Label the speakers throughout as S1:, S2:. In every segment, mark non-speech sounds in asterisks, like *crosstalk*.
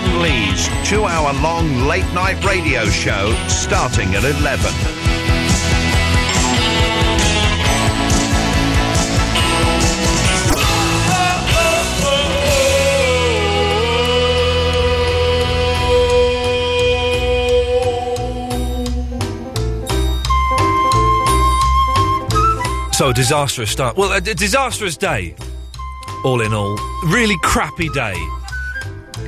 S1: Breakfast, two hour long late night radio show starting at 11.
S2: So disastrous start. Well, a, d- disastrous day. All in all, really crappy day.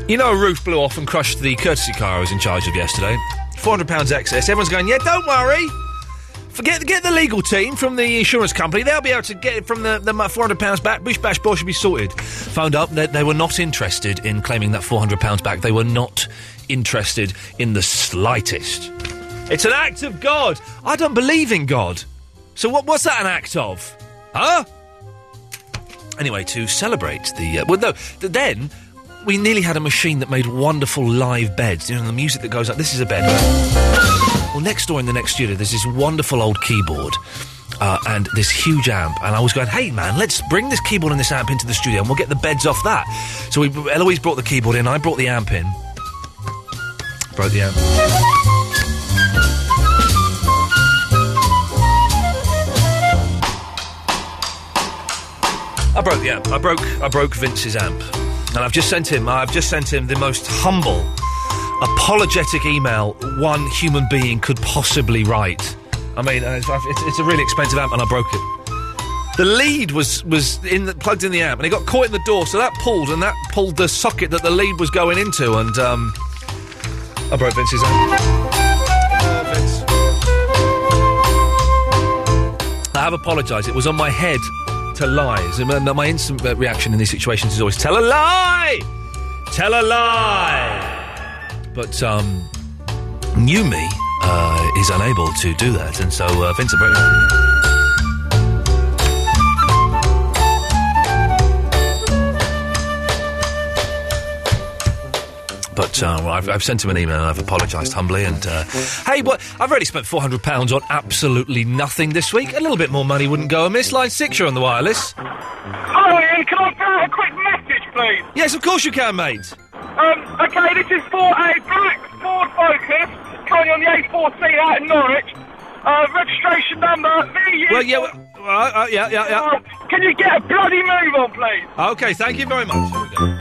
S2: You know, a roof blew off and crushed the courtesy car I was in charge of yesterday. Four hundred pounds excess. Everyone's going, yeah, don't worry. Forget get the legal team from the insurance company. They'll be able to get it from the, the four hundred pounds back. Bish bash bosh should be sorted. Found out that they were not interested in claiming that four hundred pounds back. They were not interested in the slightest. It's an act of God. I don't believe in God. So what was that an act of? Huh? Anyway, to celebrate the uh, well, no, th- then we nearly had a machine that made wonderful live beds. You know, the music that goes up. This is a bed. Well, next door in the next studio, there's this wonderful old keyboard. Uh, and this huge amp, and I was going, "Hey man, let's bring this keyboard and this amp into the studio, and we'll get the beds off that." So we, Eloise brought the keyboard in, I brought the amp in, broke the amp. I broke the amp. I broke. I broke Vince's amp, and I've just sent him. I've just sent him the most humble, apologetic email one human being could possibly write. I mean, uh, it's, it's, it's a really expensive amp, and I broke it. The lead was was in the, plugged in the amp, and it got caught in the door, so that pulled, and that pulled the socket that the lead was going into, and um, I broke Vince's amp. I have apologised. It was on my head to lies. And my, my instant uh, reaction in these situations is always tell a lie, tell a lie. But um, new me uh, is unable to do that, and so uh, Vincent broke. But uh, well, I've, I've sent him an email and I've apologised humbly. And uh, hey, what? I've already spent four hundred pounds on absolutely nothing this week. A little bit more money wouldn't go amiss. Line six, you're on the wireless.
S3: Hello, Ian. Can I throw out a quick message, please?
S2: Yes, of course you can, mate.
S3: Um, okay, this is for a black Ford Focus, currently on the A4C out in Norwich. Uh, registration number VU.
S2: Well, yeah, well, uh, uh, yeah, yeah, yeah.
S3: Can you get a bloody move on, please?
S2: Okay, thank you very much. Here we go.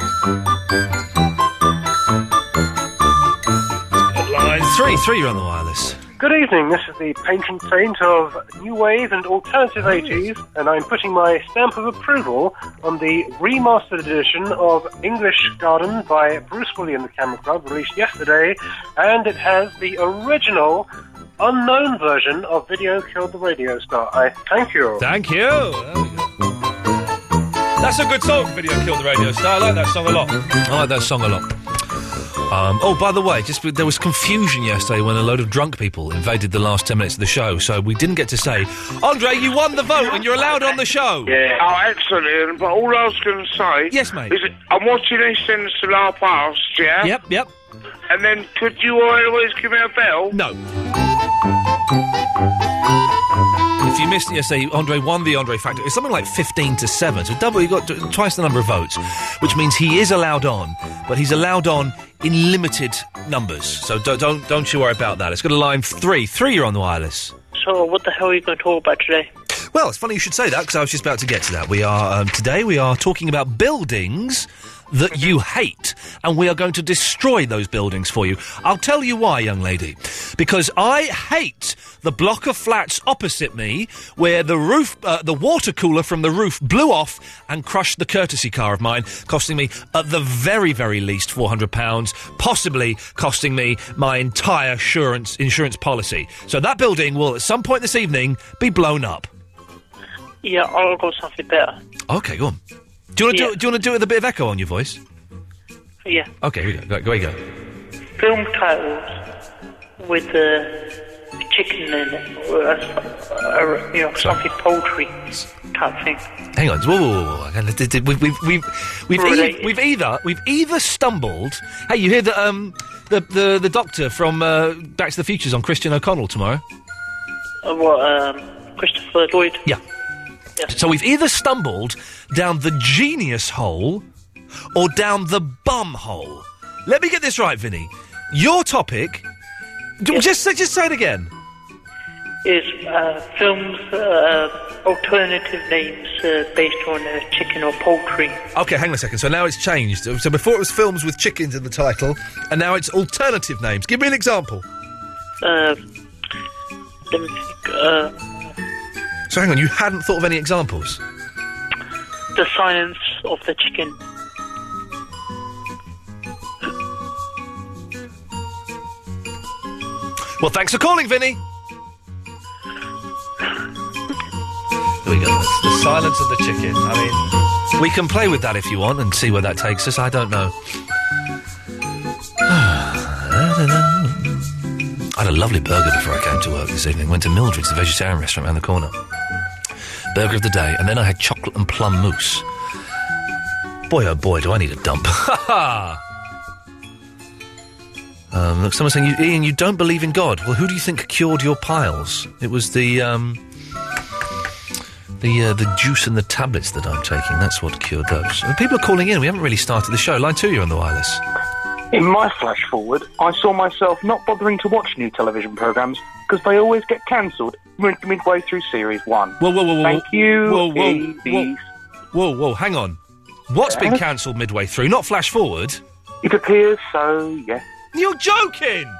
S2: Line three, three, you're on the wireless.
S4: Good evening. This is the patron saint of new wave and alternative 80s, and I'm putting my stamp of approval on the remastered edition of English Garden by Bruce William the Camera Club, released yesterday, and it has the original unknown version of Video Killed the Radio Star. I thank you.
S2: Thank you. There we go. That's a good song, Video Killed the Radio Star. I like that song a lot. I like that song a lot. Um, oh, by the way, just there was confusion yesterday when a load of drunk people invaded the last ten minutes of the show, so we didn't get to say, Andre, you won the vote and you're allowed on the show.
S5: Yeah. Oh, excellent, Ian. But all I was going to say.
S2: Yes, mate.
S5: Is it, I'm watching this since the last past, yeah?
S2: Yep, yep.
S5: And then could you always give me a bell?
S2: No. If you missed it yesterday, Andre won the Andre Factor. It's something like 15 to 7. So double, he got t- twice the number of votes, which means he is allowed on, but he's allowed on in limited numbers. So don't, don't, don't you worry about that. It's got a line 3. 3, you're on the wireless.
S6: So, what the hell are you going to talk about today?
S2: Well, it's funny you should say that because I was just about to get to that. We are um, today we are talking about buildings that you hate, and we are going to destroy those buildings for you. I'll tell you why, young lady, because I hate the block of flats opposite me where the roof, uh, the water cooler from the roof blew off and crushed the courtesy car of mine, costing me at the very very least four hundred pounds, possibly costing me my entire insurance insurance policy. So that building will at some point this evening be blown up.
S6: Yeah, I'll go something better.
S2: Okay, go on. Do you want to do, do you want to do it with a bit of echo on your voice?
S6: Yeah.
S2: Okay, here we go. Go, here we go.
S6: Film titles with uh, chicken in it, or, uh, you know, something poultry type thing.
S2: Hang on. Whoa, whoa, whoa, whoa. Did- did- We've, we've, we've, we've, e-
S6: Related.
S2: we've either we've either stumbled. Hey, you hear the um the the, the doctor from uh, Back to the Future's on Christian O'Connell tomorrow?
S6: Uh, what, um, Christopher Lloyd?
S2: Yeah. So we've either stumbled down the genius hole or down the bum hole. Let me get this right, Vinny. Your topic. d- Just say, just say it again.
S6: Is uh, films uh, alternative names uh, based on uh, chicken or poultry?
S2: Okay, hang on a second. So now it's changed. So before it was films with chickens in the title, and now it's alternative names. Give me an example.
S6: Uh, let me think, uh,
S2: So hang on, you hadn't thought of any examples.
S6: the science of the chicken.
S2: Well, thanks for calling, Vinny. There we go. That's the silence of the *laughs* chicken. I mean, we can play with that if you want and see where that takes us. I don't know. *sighs* Ah, I had a lovely burger before I came to work this evening. Went to Mildred's, the vegetarian restaurant around the corner. Burger of the day, and then I had chocolate and plum mousse. Boy, oh boy, do I need a dump. um, look, someone's saying, "You- Ian, you don't believe in God. Well, who do you think cured your piles? It was the um, the uh, the juice and the tablets that I'm taking. That's what cured those. And people are calling in. We haven't really started the show. Line two, you're on the wireless.
S7: In my flash forward, I saw myself not bothering to watch new television programmes because they always get cancelled mid- midway through series one.
S2: Whoa, whoa, whoa, whoa!
S7: Thank
S2: whoa.
S7: you,
S2: Whoa, whoa, whoa,
S7: ABC.
S2: whoa, whoa! Hang on. What's been cancelled midway through? Not flash forward.
S7: It appears so, yes.
S2: You're joking.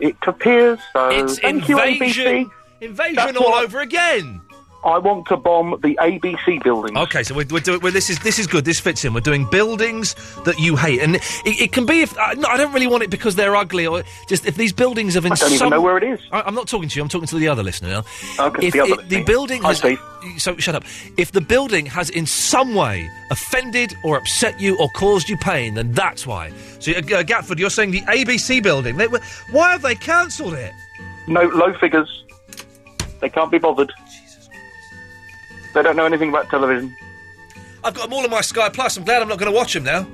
S7: It appears so.
S2: It's
S7: Thank you,
S2: invasion,
S7: ABC.
S2: invasion
S7: That's
S2: all
S7: what-
S2: over again.
S7: I want to bomb the ABC building.
S2: Okay, so we're, we're doing. We're, this is this is good. This fits in. We're doing buildings that you hate, and it, it can be if I, no, I don't really want it because they're ugly, or just if these buildings have. In
S7: I don't even
S2: some-
S7: know where it is.
S2: I, am not talking to you. I'm talking to the other listener now.
S7: Okay,
S2: If
S7: the other
S2: it- the
S7: listener.
S2: building
S7: Hi,
S2: has.
S7: Steve.
S2: So shut up. If the building has in some way offended or upset you or caused you pain, then that's why. So, uh, Gatford, you're saying the ABC building. They, were- why have they cancelled it?
S7: No, low figures. They can't be bothered. They don't know anything about television.
S2: I've got them all on my Sky Plus. I'm glad I'm not going to watch them now.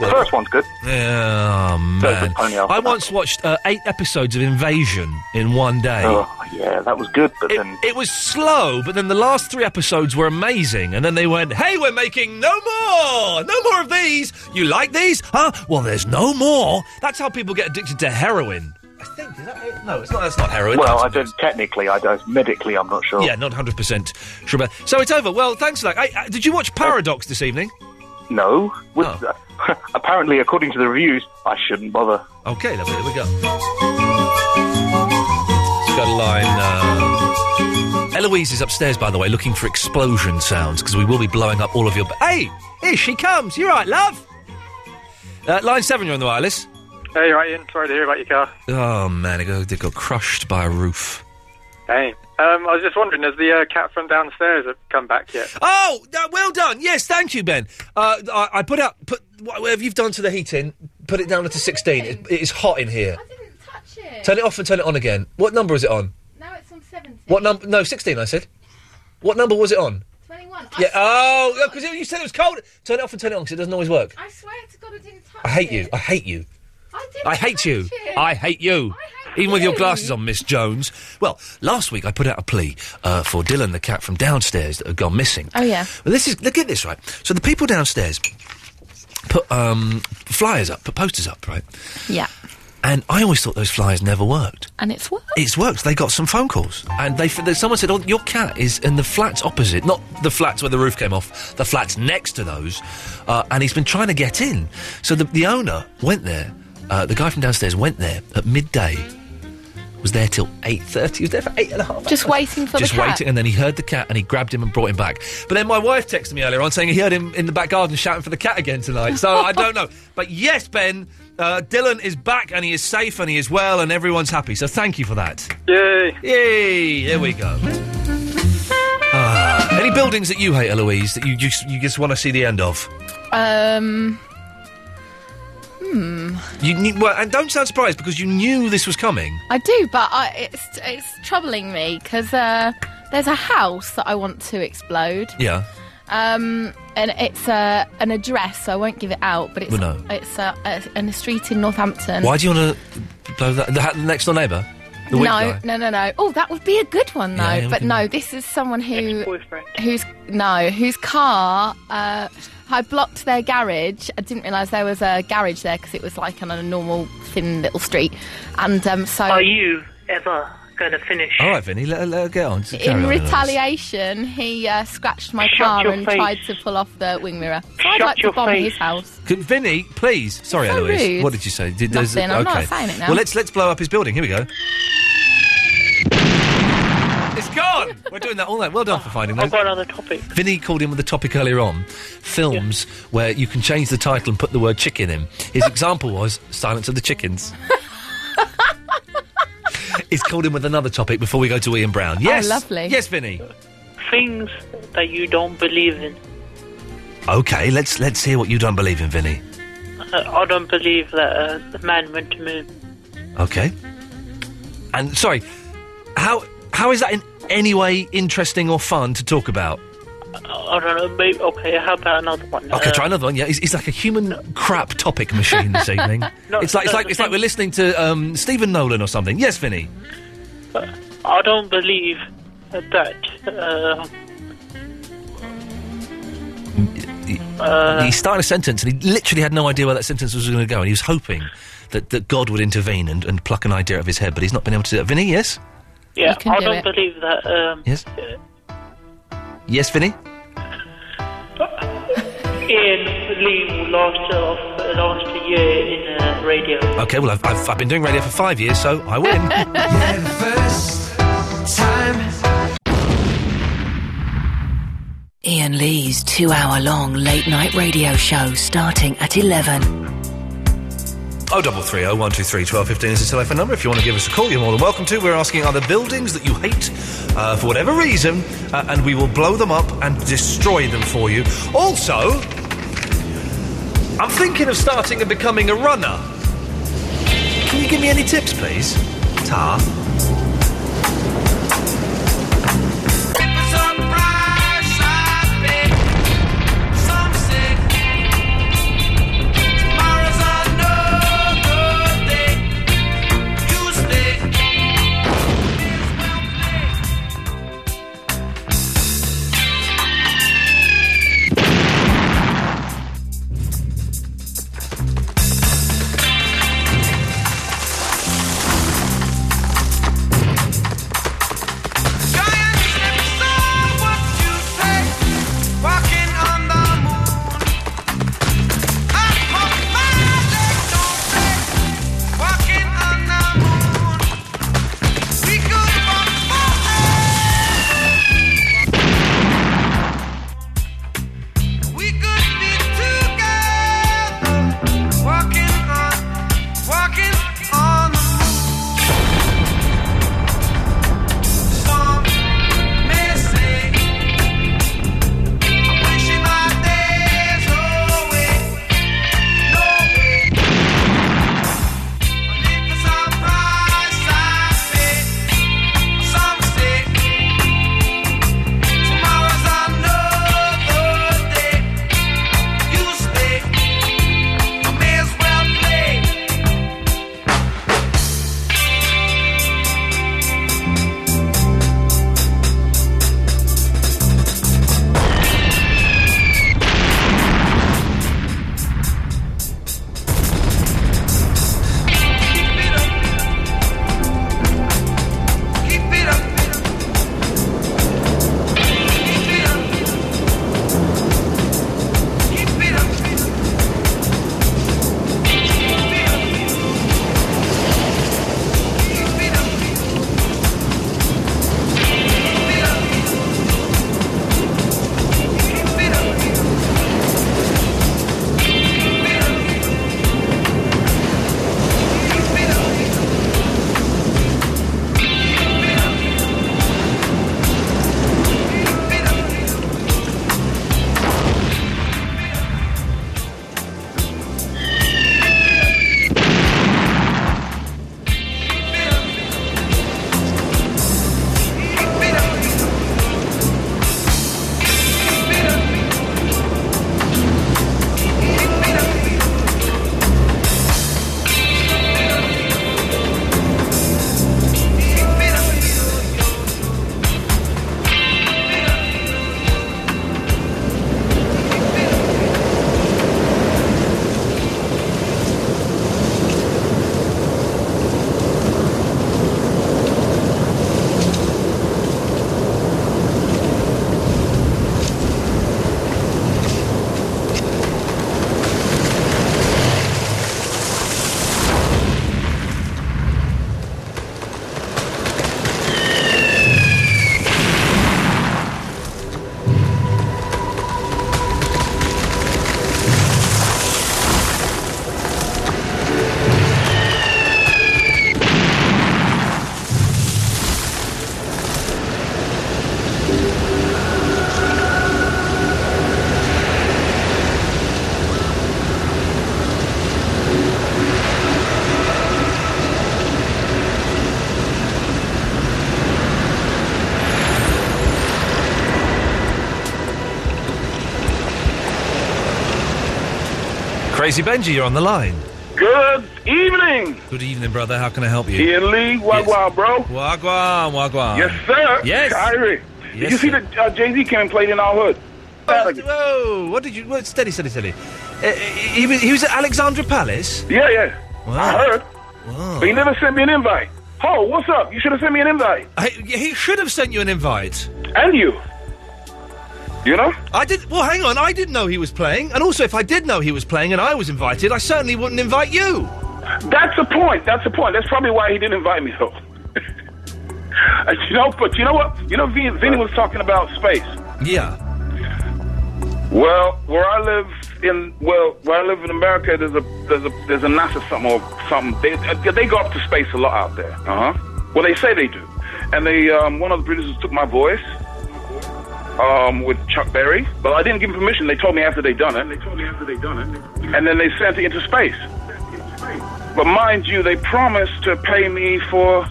S7: the first one's good.
S2: Yeah, Oh, man. I once watched uh, eight episodes of Invasion in one day.
S7: Oh, yeah, that was good, but
S2: it,
S7: then.
S2: it was slow, but then the last three episodes were amazing. And then they went, "Hey, we're making no more, no more of these. You like these? Huh? Well, there's no more." That's how people get addicted to heroin. I think is that it? No, it's not. That's not heroin.
S7: Well,
S2: that's-
S7: I don't. Technically, I don't. Medically, I'm not sure.
S2: yeah, not hundred percent sure. About. So it's over. Well, thanks for that. Hey, uh, did you watch Paradox this evening? Oh.
S7: No. With, *laughs* apparently, according to the reviews, I shouldn't bother.
S2: Okay, lovely. Here we go. It's got a line. Uh... Eloise is upstairs, by the way, looking for explosion sounds because we will be blowing up all of your. Ba- hey, here she comes. You're right, love. Uh, line seven, you're on the wireless.
S8: Hey, right, Ian. Sorry to hear about your car.
S2: Oh man, it got, they got crushed by a roof.
S8: Hey. Um, I was just wondering, has the uh, cat from downstairs come back yet?
S2: Oh, uh, well done. Yes, thank you, Ben. Uh, I, I put out put whatever you've done to the heating. Put it down to sixteen. It, it is hot in here. Turn it off and turn it on again. What number is it on?
S9: Now it's on 70.
S2: What number? No, sixteen. I said. What number was it on?
S9: 21.
S2: Yeah. Oh, because you said it was cold. Turn it off and turn it on because it doesn't always work.
S9: I swear to God I didn't touch
S2: I hate you.
S9: it.
S2: I hate you.
S9: I didn't
S2: I hate you.
S9: touch it.
S2: I hate you. Even with your
S9: you.
S2: glasses on, Miss Jones. Well, last week I put out a plea uh, for Dylan, the cat from downstairs, that had gone missing.
S10: Oh, yeah.
S2: Well, this is look at this right. So the people downstairs put um, flyers up, put posters up, right?
S10: Yeah.
S2: And I always thought those flyers never worked.
S10: And it's what?
S2: It's worked. They got some phone calls, and they f- someone said, "Oh, your cat is in the flats opposite, not the flats where the roof came off, the flats next to those, uh, and he's been trying to get in." So the, the owner went there. Uh, the guy from downstairs went there at midday. Was there till eight thirty. Was there for eight and a half.
S10: Just waiting for
S2: Just
S10: the cat.
S2: waiting, and then he heard the cat, and he grabbed him and brought him back. But then my wife texted me earlier on saying he heard him in the back garden shouting for the cat again tonight. So I don't know, but yes, Ben, uh, Dylan is back, and he is safe, and he is well, and everyone's happy. So thank you for that.
S8: Yay!
S2: Yay! There we go. Ah, any buildings that you hate, Eloise, that you just you just want to see the end of?
S10: Um. Hmm.
S2: You knew, well, and don't sound surprised because you knew this was coming.
S10: I do, but I, it's it's troubling me because uh, there's a house that I want to explode.
S2: Yeah.
S10: Um, and it's uh, an address, so I won't give it out. But it's
S2: Well, no.
S10: it's uh, a, in a street in Northampton.
S2: Why do you want to blow that? The, ha- the next door neighbour? The
S10: no,
S2: weak guy.
S10: no, no, no. Oh, that would be a good one though.
S2: Yeah, yeah, we
S10: but
S2: can-
S10: no, this is someone who, who's no, whose car. Uh, I blocked their garage. I didn't realise there was a garage there because it was like on a normal thin little street, and um, so
S6: Are Oh, you ever going to finish?
S2: All right, Vinny, let, her- let her get on. Carry on,
S10: in
S2: Eleanor.
S10: retaliation, he uh, scratched my
S6: Shut
S10: car
S6: your
S10: and
S6: face.
S10: tried to pull off the wing mirror. So I'd
S6: Shut
S10: like to
S6: your
S10: bomb
S6: face.
S10: his house.
S2: Could, Vinny, please. Sorry,
S10: so
S2: Eloise.
S10: rude.
S2: What did you say? Did,
S10: Nothing,
S2: there's-
S10: I'm not
S2: okay.
S10: saying it now.
S2: Well, let's let's blow up his building. Here we go. It's gone. We're doing that all night. Well done for finding that.
S6: I've got another topic.
S2: Vinny called in with a topic earlier on films where you can change the title and put the word chicken in. His example was Silence of
S10: *laughs*
S2: the Chickens. He's called in with another topic before we go to Ian
S10: Oh,
S2: Brown. Yes.
S6: lovely.
S2: Yes, Vinny.
S6: Things that you don't believe in.
S2: Okay, let's let's hear what you don't believe in, Vinny.
S6: Uh, I don't believe that uh, the man went to moon.
S2: Okay. And sorry, how how is that in any way interesting or fun to talk about?
S6: Uh, I I don't know. Maybe, okay, how about another one?
S2: Okay,
S6: Uh,
S2: try another one. Yeah, it's, it's like a human crap topic
S6: *laughs*
S2: machine this evening.
S6: No,
S2: it's like it's
S6: no,
S2: like
S6: the
S2: it's like we're listening to um, Stephen Nolan or something. Yes, Vinny.
S6: Uh, I don't believe that. Uh, Uh,
S2: he started a sentence and he literally had no idea where that sentence was going to go, and he was hoping that, that God would intervene and, and pluck an idea out of his head, but he's not been able to do that. Vinny, yes,
S6: yeah,
S10: can
S6: I
S10: do
S6: don't
S10: it.
S6: believe that. Um,
S2: yes, yes, Vinny.
S6: Ian Lee lost off last year in uh, radio.
S2: Okay, well I've, I've, I've been doing radio for five years, so I win.
S6: yeah, the first time.
S11: Ian Lee's two hour long late night radio show starting at 11.
S2: Oh, double three oh one two three twelve fifteen is the telephone number. If you want to give us a call, you're more than welcome to. We're asking are there buildings that you hate uh, for whatever reason, uh, and we will blow them up and destroy them for you. Also, I'm thinking of starting and becoming a runner. Can you give me any tips, please? Ta. Crazy Benji, you're on the line.
S12: Good evening,
S2: Good evening, brother. How can I help you?
S12: Ian Lee. Wagwan, bro.
S2: Wagwan, wagwan.
S12: Yes, sir.
S2: Yes.
S12: Kyrie.
S2: Yes,
S12: Did you see that uh, Jay Z came and played in our hood?
S2: Whoa, whoa, what did you? What, steady, steady, steady. Uh, he, was, he was at Alexandra Palace.
S12: Yeah, yeah.
S2: Wow.
S12: I heard. But he never sent me an invite. Ho, what's up? You should have sent me an invite.
S2: I, he should have sent you an invite.
S12: And you. You know?
S2: I did. Well, hang on. I didn't know he was playing. And also, if I did know he was playing and I was invited, I certainly wouldn't invite you.
S12: That's the point. That's the point. That's probably why he didn't invite me, though. Uh, you know, but you know what? You know, Vin- Vinny was talking about space.
S2: Yeah.
S12: Well, where I live in well, where I live in America, there's a there's a there's a NASA something or something. They uh, they go up to space a lot out there. Uh huh. Well, they say they do, and they um, one of the producers took my voice. Um, with Chuck Berry, but I didn't give them permission. They told me after they done it. They told me after they done it, and then they sent it into space. But mind you, they promised to pay me for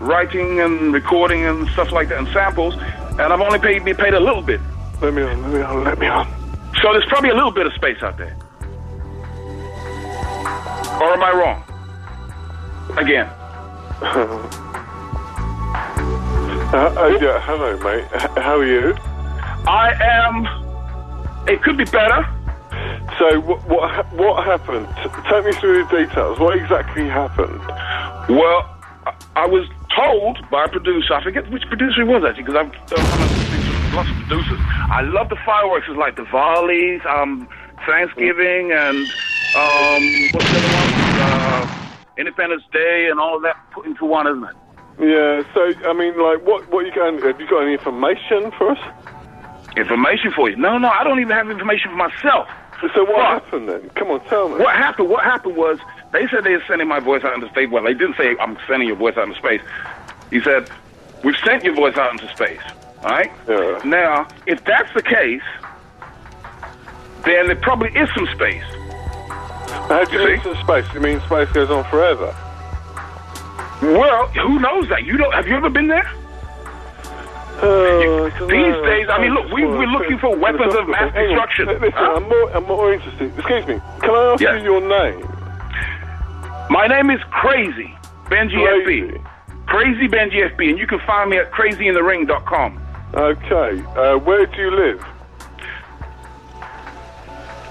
S12: writing and recording and stuff like that and samples, and I've only paid, been paid a little bit. Let me on, let me on, let me on. So there's probably a little bit of space out there. Or am I wrong? Again. *laughs*
S13: Uh, oh, yeah, hello, mate. H- how are you?
S12: I am. It could be better.
S13: So, what what, ha- what happened? T- take me through the details. What exactly happened?
S12: Well, I- I was told by a producer, I forget which producer it was actually, because I'm, uh, I'm listening to lots of producers. I love the fireworks. It's like the Valleys, um, Thanksgiving, and um, what's the other one? Uh, Independence Day, and all of that put into one, isn't it?
S13: Yeah. So, I mean, like, what what you going? Have you got any information for us?
S12: Information for you? No, no, I don't even have information for myself.
S13: So what happened then? Come on, tell me.
S12: What happened? What happened was they said they were sending my voice out into space. Well, they didn't say I'm sending your voice out into space. He said we've sent your voice out into space. All right.
S13: Yeah.
S12: Now, if that's the case, then there probably is some space.
S13: How do you mean some space? You mean space goes on forever?
S12: Well, who knows that? You don't. Have you ever been there?
S13: Oh, I don't
S12: These
S13: know.
S12: days, I mean, look, we, we're looking for weapons of mass
S13: Hang on.
S12: destruction.
S13: Listen,
S12: Huh?
S13: I'm more, I'm more interested. Excuse me. Can I ask
S12: Yes.
S13: you your name?
S12: My name is Crazy Benji FB. Crazy Benji FB, and you can find me at crazyinthering.com.
S13: Okay. Uh, where do you live?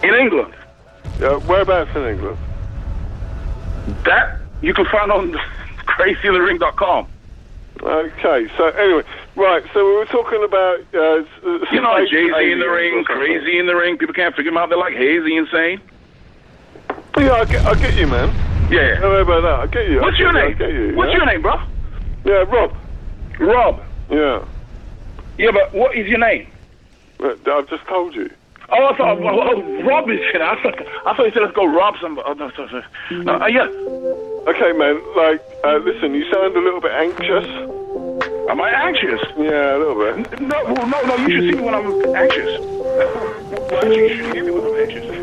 S12: In England.
S13: Uh, whereabouts in England?
S12: That you can find on *laughs* crazyinthering.com.
S13: Okay. So anyway, right. So we were talking about uh, s- uh,
S12: You
S13: space
S12: know, like Jay-Z in
S13: aliens
S12: the ring,
S13: or something.
S12: Crazy in the ring. People can't figure them out. They're like hazy, insane.
S13: Yeah, I get, I get you, man.
S12: Yeah.
S13: Don't worry about that. I get you. I
S12: What's
S13: get
S12: your
S13: you, I
S12: name?
S13: get you,
S12: What's
S13: yeah?
S12: your name, bro?
S13: Yeah, Rob.
S12: Rob.
S13: Yeah.
S12: Yeah, but what is your name?
S13: Uh, I've just told you.
S12: Oh, I thought oh, oh, Rob is shit. I thought I thought you said let's go rob some. Oh, no, sorry, sorry. No, uh, yeah.
S13: Okay, man. Like, uh, listen, you sound a little bit anxious.
S12: Am I anxious?
S13: Yeah, a little bit.
S12: No, well, no, no. You should see me when I'm anxious. Well, actually, you should hear me when I'm anxious.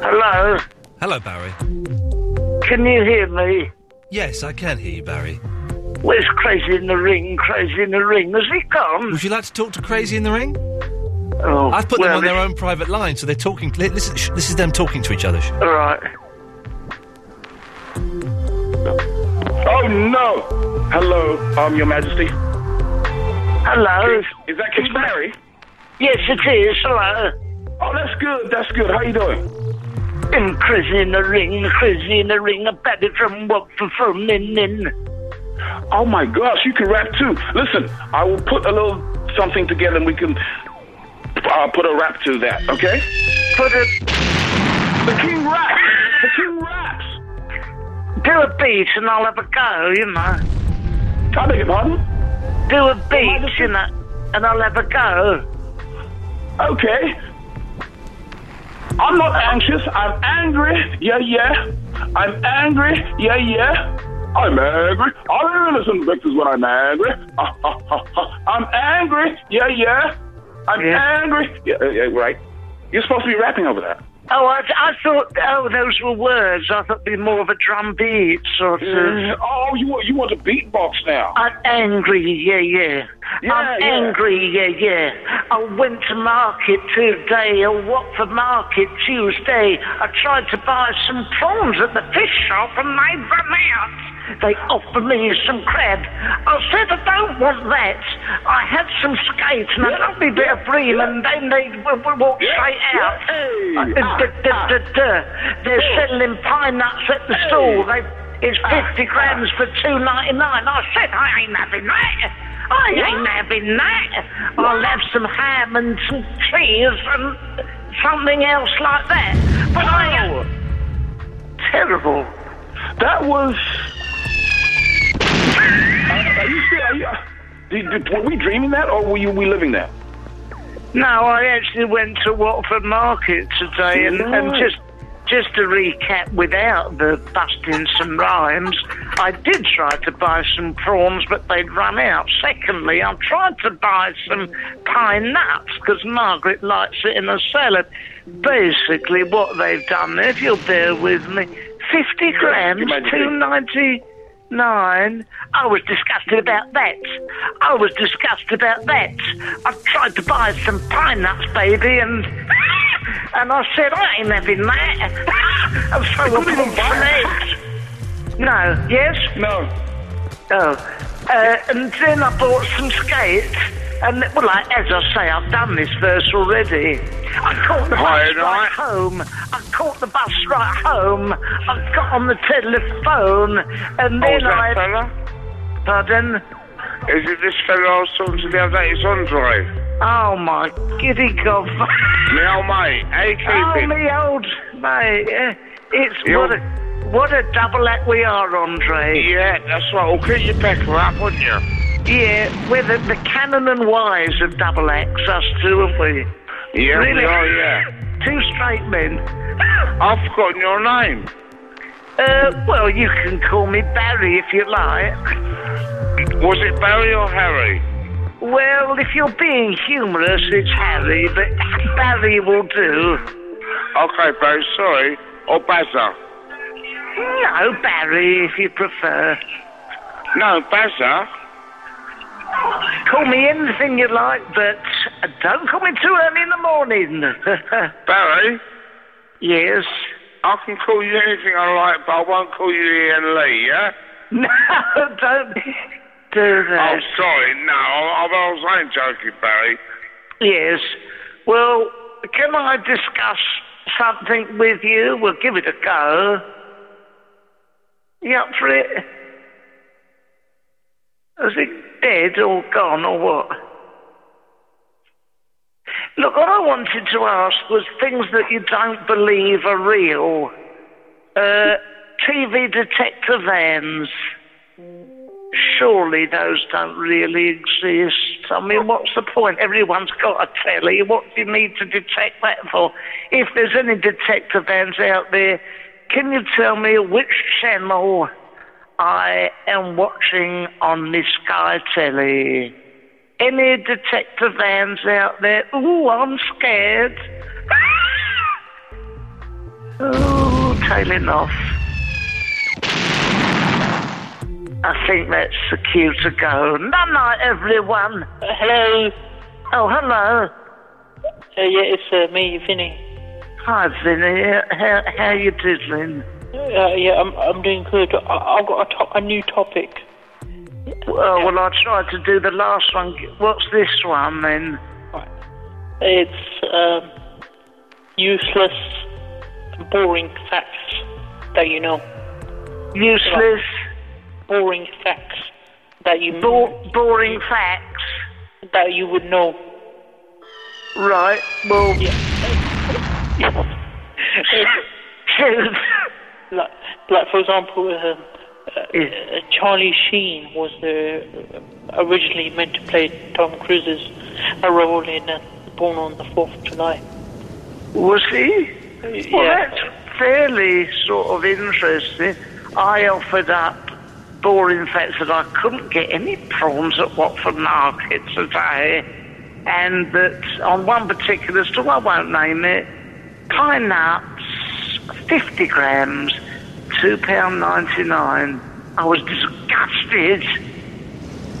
S12: Hello.
S2: Hello, Barry.
S14: Can you hear me?
S2: Yes, I can hear you, Barry.
S14: Where's Crazy in the Ring? Crazy in the Ring. Has he come?
S2: Would you like to talk to Crazy in the Ring?
S14: Oh,
S2: I've put
S14: well,
S2: them on their
S14: this-
S2: own private line, so they're talking. li- Listen, sh- this is them talking to each other. Sh-
S14: All right.
S12: Oh no! Hello, um, Your Majesty.
S14: Hello.
S12: Is that King Barry?
S14: Yes, it is. Hello.
S12: Oh, that's good. That's good. How you doing?
S14: In Crazy in the Ring, Crazy in the Ring, a baby from Watford from in in.
S12: Oh my gosh, you can rap too. Listen, I will put a little something together and we can uh, put a rap to that, okay?
S14: Put it.
S12: The King Rap! The King Raps!
S14: Do a beat and I'll have a go, you know.
S12: I beg your pardon?
S14: Do a
S12: er
S14: beat, you know, and I'll have a go.
S12: Okay. I'm not anxious. I'm angry. Yeah, yeah. I'm angry. Yeah, yeah. I'm angry. I really listen to Victor's when I'm angry. Ah, ah, ah, ah. I'm angry. Yeah, yeah. I'm angry. Yeah, yeah, right. You're supposed to be rapping over that.
S14: Oh, I, I thought, oh, those were words. I thought it'd be more of a drum beat sort of.
S12: Oh, you want you want a beatbox now?
S14: I'm angry, yeah, yeah. I'm
S12: yeah.
S14: angry, yeah, yeah. I went to market today, I walked for market Tuesday. I tried to buy some prawns at the fish shop and they run out. They offered me some crab. I said I don't want that. I had some skate and a lovely bit of bream and then they w- w- walked straight out. Uh, d- d- d- d- They're selling pine nuts at the store. They, it's 50 grams for two ninety nine. I said I ain't having that. I ain't having that. I'll have some ham and some cheese and something else like that. But I terrible.
S12: That was. *laughs* Are you still? Are you, did, did- were we dreaming that, or were you we living that?
S14: No, I actually went to Watford Market today, and, and
S12: Right.
S14: just just to recap, without the busting some rhymes, I did try to buy some prawns, but they'd run out. Secondly, I tried to buy some pine nuts because Margaret likes it in a salad. Basically, what they've done, if you'll bear with me, fifty grams,
S12: imagine.
S14: two ninety nine. I was disgusted about that. I was disgusted about that. I tried to buy some pine nuts, baby, and and I said I ain't having that. *laughs* I'm so upset. No. Yes.
S12: No.
S14: Oh. Uh, and then I bought some skates. And well, I, as I say, I've done this verse already. I caught the
S5: Hi,
S14: bus right home. I caught the bus right home. I got on the telephone, and
S5: Oh,
S14: then
S5: is that
S14: I.
S5: fella?
S14: Pardon?
S5: Is it this fellow I was talking to the other day? It's Andre.
S14: Oh my giddy god! *laughs*
S5: Me old mate. How you
S14: oh
S5: keeping?
S14: me old mate, eh, it's
S5: You-
S14: what a what a double act we are, Andre.
S5: Yeah, that's right. Well, keep your pecker up, wouldn't you?
S14: Yeah, we're the, the canon and wise of double acts, us two, aren't we?
S5: Yeah,
S14: really?
S5: we are, yeah.
S14: Two straight men.
S5: I've forgotten your name.
S14: Uh, well, you can call me Barry if you like.
S5: Was it Barry or Harry?
S14: Well, if you're being humorous, it's Harry, but Barry will do.
S5: Okay, Barry, sorry. Or Bazza.
S14: No, Barry, if you prefer.
S5: No, Bazza.
S14: Call me anything you like, but uh, don't call me too early in the morning. *laughs*
S5: Barry?
S14: Yes?
S5: I can call you anything I like, but I won't call you Ian Lee, yeah?
S14: no, *laughs* don't do that.
S5: Oh, sorry, no, I, I was ain't joking, Barry.
S14: Yes. Well, can I discuss something with you? We'll give it a go. You up for it? Is it dead or gone or what? Look, what I wanted to ask was things that you don't believe are real. Uh, TV detector vans. Surely those don't really exist. I mean, what's the point? Everyone's got a telly. What do you need to detect that for? If there's any detector vans out there, can you tell me which channel I am watching on this Sky telly? Any detector vans out there? Ooh, I'm scared. *laughs* Ooh, tailing off. I think that's the cue to go. Night night, everyone. hello. Oh, hello.
S6: Uh, yeah, it's uh, me, Vinny.
S14: Hi, Vinny. How how you doing?
S6: Uh, yeah, I'm I'm doing good. I, I've got a, to- a new topic.
S14: Well, well, I tried to do the last one. What's this one then?
S6: It's um, useless, boring facts that you know.
S14: Useless.
S6: boring facts that you.
S14: Bo- boring facts
S6: that you would know.
S14: Right. Well. *laughs*
S6: like, like for example, um, uh, uh, Charlie Sheen was uh, originally meant to play Tom Cruise's uh, role in uh, Born on the Fourth of July.
S14: Was he? Well,
S6: yeah.
S14: that's fairly sort of interesting. I offered up boring facts that I couldn't get any prawns at Watford Market today, and that on one particular store, I won't name it, Pine nuts, 50 grams, £2.99. I was disgusted.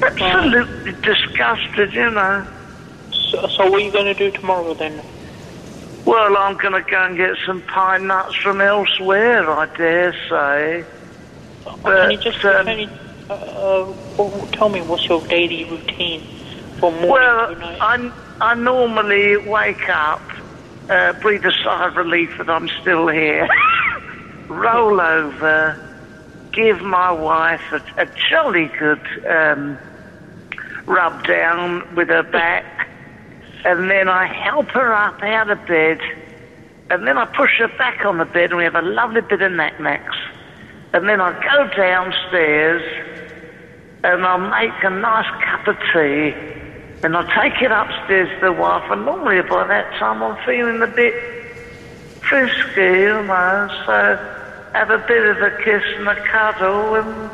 S14: Absolutely disgusted, you know.
S6: So, so what are you going to do tomorrow then?
S14: Well, I'm going to go and get some pine nuts from elsewhere, I dare say.
S6: can you just
S14: um,
S6: can you, uh, uh, w- tell me what's your daily routine for morning
S14: Well,
S6: to night?
S14: I, I normally wake up, uh, breathe a sigh of relief that I'm
S6: *laughs*
S14: still here, roll over, give my wife a, a jolly good um, rub down with
S6: *laughs*
S14: her back, and then I help her up out of bed, and then I push her back on the bed, and we have a lovely bit of knack-knacks. And then I go downstairs, and I make a nice cup of tea, and I take it upstairs to the wife, and normally by that time I'm feeling a bit frisky, you know, so have a bit of a kiss and a cuddle, and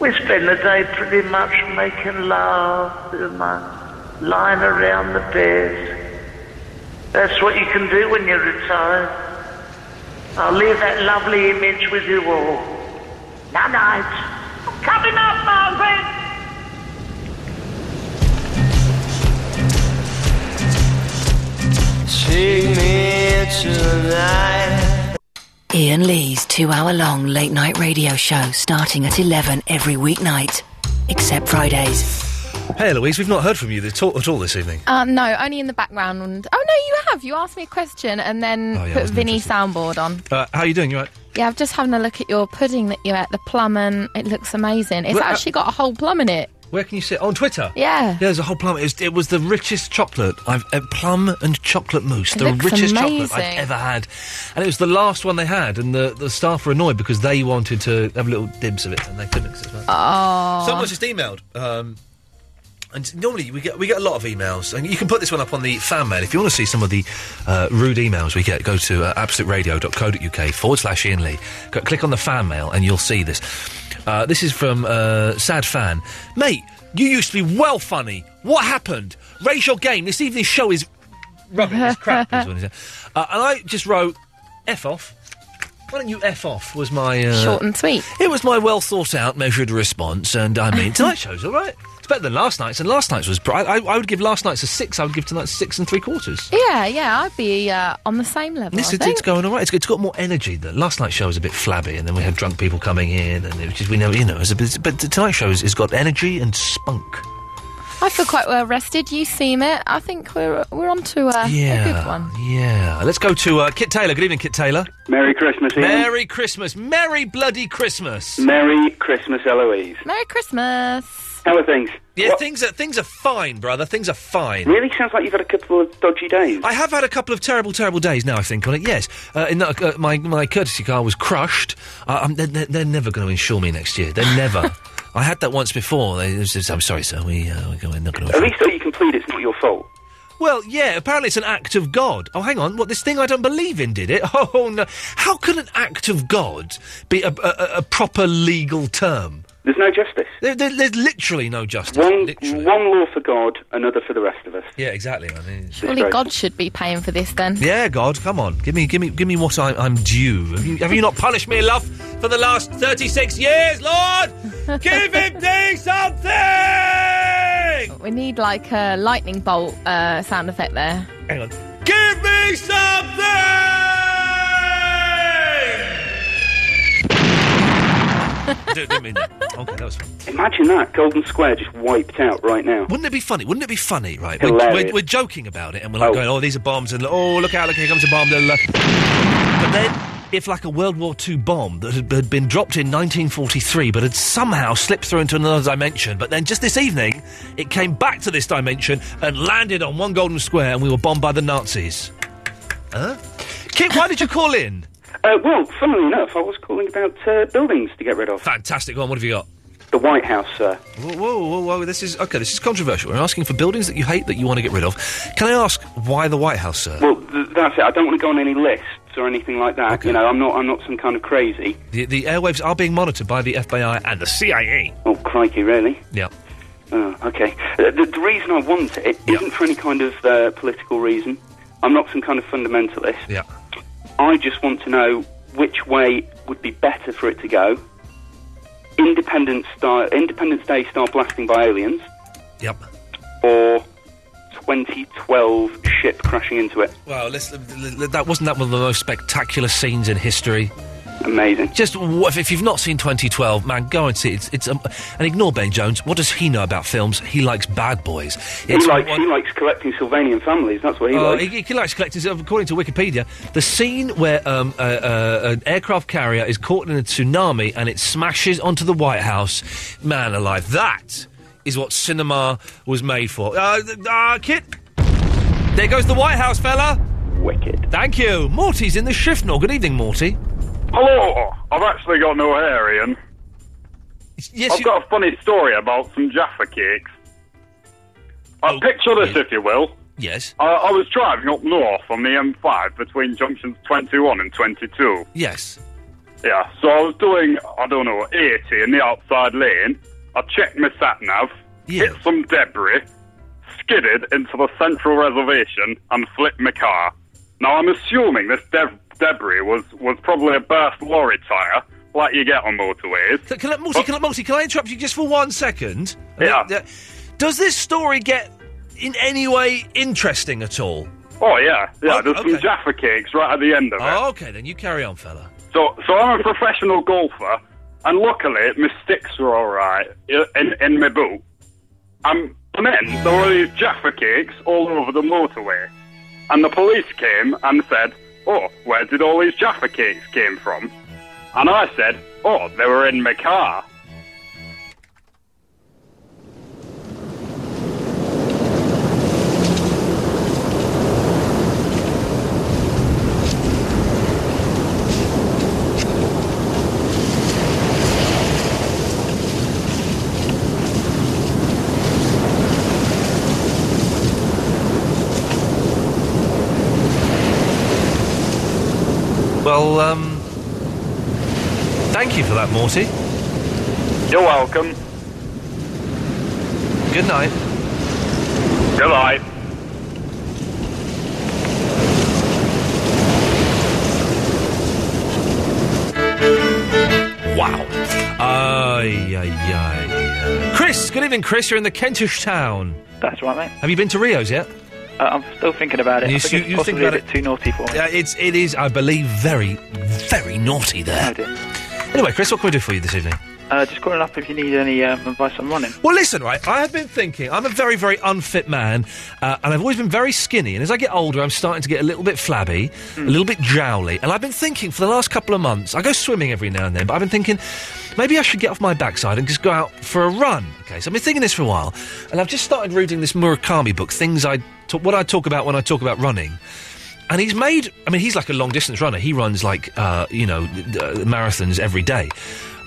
S14: we spend the day pretty much making love, you know, lying around the bed. That's what you can do when you're retired. I'll leave that lovely image with you all. Night night.
S9: Coming up, Margaret!
S15: Take me tonight.
S11: Ian Lee's two hour long late night radio show starting at 11 every weeknight, except Fridays.
S2: Hey, Louise, we've not heard from you this, at all this evening.
S10: Uh, no, only in the background. Oh no, you have. You asked me a question and then
S2: Oh, yeah, I
S10: put
S2: wasn't
S10: Vinny soundboard on.
S2: Uh, how are you doing? You all right?
S10: Yeah, I've just having a look at your pudding that you ate, the plum, and it looks amazing. It's
S2: Well, uh,
S10: actually got a whole plum in it.
S2: Where can you sit? Oh, On Twitter?
S10: Yeah.
S2: there's a whole plum. It was, it was the richest chocolate I've uh, plum and chocolate mousse.
S10: It
S2: the
S10: looks
S2: richest chocolate
S10: amazing.
S2: I've ever had, and it was the last one they had. And the, the staff were annoyed because they wanted to have little dibs of it, and they couldn't. 'cause it was like-
S10: Oh.
S2: Someone's just emailed. Um, and normally we get we get a lot of emails, and you can put this one up on the fan mail if you want to see some of the uh, rude emails we get. Go to uh, absoluteradio.co.uk forward slash Ian Lee. Go, click on the fan mail, and you'll see this. Uh, this is from uh, sad fan, mate. You used to be well funny. What happened? Raise your game. This evening's show is rubbish.
S10: *laughs*
S2: It's crap. is what he said. uh, and I just wrote f off. Why don't you f
S7: *laughs*
S2: off? Was my uh,
S10: Short and sweet.
S2: It was my well thought out, measured response, and I
S10: *laughs*
S2: mean tonight's show's all right. It's better than last night's, and last night's was. br- I, I, I would give last night's a six. I would give tonight's six and three quarters.
S10: Yeah, yeah, I'd be uh, on the same level.
S2: This
S10: I
S2: is,
S10: think.
S2: it's going all right. It's, it's got more energy. The last night's show was a bit flabby, and then we had drunk people coming in, and it was just we know you know. It was a bit, but tonight's show has got energy and spunk.
S10: I feel quite well rested. You seem it. I think we're we're on to uh, a good
S2: Yeah,
S10: one.
S2: yeah. Let's go to uh, Kit Taylor. Good evening, Kit Taylor.
S16: Merry Christmas, Ian.
S2: Merry Christmas. Merry bloody Christmas.
S16: Merry Christmas, Eloise.
S10: Merry Christmas.
S16: How are things?
S2: Yeah, things are things are fine, brother. Things are fine.
S16: Really sounds like you've had a couple of dodgy days.
S2: I have had a couple of terrible, terrible days now. I think on it. Yes, uh, in that, uh, my my courtesy car was crushed. Uh, um, they're, they're, they're never going to insure me next year. They're
S16: *laughs*
S2: never. I had that once before. They, it was just, I'm sorry, sir. We uh, we're going- not going to.
S16: At least though you can plead it's not your fault.
S2: Well, yeah. Apparently, it's an act of God. Oh, hang on. What this thing I don't believe in did it? *laughs* Oh no. How can an act of God be a, a, a- a proper legal term?
S16: There's no justice.
S2: There, there, there's literally no justice.
S16: One,
S2: Lit-
S16: one law for God, another for the rest of us.
S2: yeah, exactly. I mean,
S10: Surely God should be paying for this
S2: *laughs*
S10: then.
S2: Yeah, God, come on, give me, give me, give me what I, I'm due. Have you, have you not punished me enough for the last thirty-six years, Lord? give him thing something.
S10: We need like a lightning bolt uh, sound effect there.
S2: Hang on. Give me something. *laughs* Don't- don't mean that. Okay, that was fun.
S16: Imagine that Golden Square just wiped out right now.
S2: Wouldn't it be funny? Wouldn't it be funny? Right, we're,
S16: Hilarious.
S2: we're, we're joking about it, and we're like going, "Oh, these are bombs," and "Oh, look out! Look, here comes a bomb." blah, blah, blah. But then, if like a World War II bomb that had, had been dropped in 1943, but had somehow slipped through into another dimension, but then just this evening, it came back to this dimension and landed on one Golden Square, and we were bombed by the Nazis. Huh? Kit, why did you call in?
S16: Uh, well, funnily enough, I was calling about uh, buildings to get rid of.
S2: Fantastic. Go on. What have you got?
S16: The White House, sir.
S2: Whoa, whoa, whoa, whoa! This is okay. This is controversial. We're asking for buildings that you hate that you want to get rid of. Can I ask why the White House, sir?
S16: Well, th- that's it. I don't want to go on any lists or anything like that. You know, I'm not. I'm not some kind of crazy.
S2: The, the airwaves are being monitored by the FBI and the CIA.
S16: Oh, crikey, really?
S2: Yeah.
S16: Ah, Oh, okay. Uh, The, the reason I want it isn't for any kind of uh, political reason. I'm not some kind of fundamentalist.
S2: Yeah.
S16: I just want to know which way would be better for it to go. Independence style, Independence Day style blasting by aliens.
S2: Yep.
S16: Or 2012 ship crashing into it.
S2: Well, let's, l- l- l- that wasn't that one of the most spectacular scenes in history.
S16: Amazing.
S2: Just w- if, if you've not seen 2012, man, go and see it. It's, it's um, and ignore Ben Jones. What does he know about films? He likes Bad Boys. It's
S16: he likes he likes collecting Sylvanian families. That's what he
S2: Uh,
S16: likes.
S2: he, he likes collecting. so According to Wikipedia, the scene where um, uh, uh, an aircraft carrier is caught in a tsunami and it smashes onto the White House, man alive, that is what cinema was made for. Uh, th- uh, Kit, there goes the White House, fella.
S16: Wicked.
S2: Thank you. Morty's in the Shifnal. Good evening, Morty.
S17: Hello. I've actually got no hair, Ian.
S2: Yes,
S17: I've got a funny story about some Jaffa cakes. Uh, picture this, if you will.
S2: Oh, Yes.
S17: I, I was driving up north on the M5 between junctions 21 and 22.
S2: Yes.
S17: Yeah, so I was doing, I don't know, 80 in the outside lane. I checked my sat nav, hit some debris, skidded into the central reservation, and flipped my car. Now, I'm assuming this dev- debris was, was probably a burst lorry tyre, like you get on motorways.
S2: Can, can, I- Morty, can, I- Morty, can I interrupt you just for one second?
S17: Yeah.
S2: Does this story get in any way interesting at all?
S17: Oh, yeah, yeah,
S2: Oh,
S17: there's
S2: okay.
S17: some Jaffa cakes right at the end of it.
S2: Oh, okay, then you carry on, fella.
S17: So, so I'm a professional golfer, and luckily my sticks were all right i- in, in my boot. And then there were these Jaffa cakes all over the motorway, and the police came and said, "Oh, where did all these Jaffa cakes came from?" And I said, "Oh, they were in my car."
S2: Well, um, thank you for that, Morty.
S17: You're welcome.
S2: Good night.
S17: Good night.
S2: Wow. Ay, ay, ay. Chris, good evening, Chris. You're in the Kentish town.
S18: That's right, mate.
S2: Have you been to Rio's yet?
S18: Uh, I'm still thinking about it.
S2: You-
S18: I think
S2: you-
S18: it's
S2: you think
S18: possibly
S2: about
S18: a bit too naughty for me.
S2: Uh, it's, it is, I believe, very, very naughty
S18: Oh,
S2: there. Anyway, Chris, what can we do for you this evening?
S18: Uh, just calling up if you need any um, advice on running.
S2: Well, listen, right. I have been thinking. I'm a very, very unfit man, uh, and I've always been very skinny. And as I get older, I'm starting to get a little bit flabby,
S18: Hmm.
S2: a little bit jowly. And I've been thinking for the last couple of months. I go swimming every now and then, but I've been thinking maybe I should get off my backside and just go out for a run. Okay, so I've been thinking this for a while, and I've just started reading this Murakami book, things I ta- what I talk about when I talk about running. And he's made. I mean, he's like a long distance runner. He runs like uh, you know d- d- uh, marathons every day,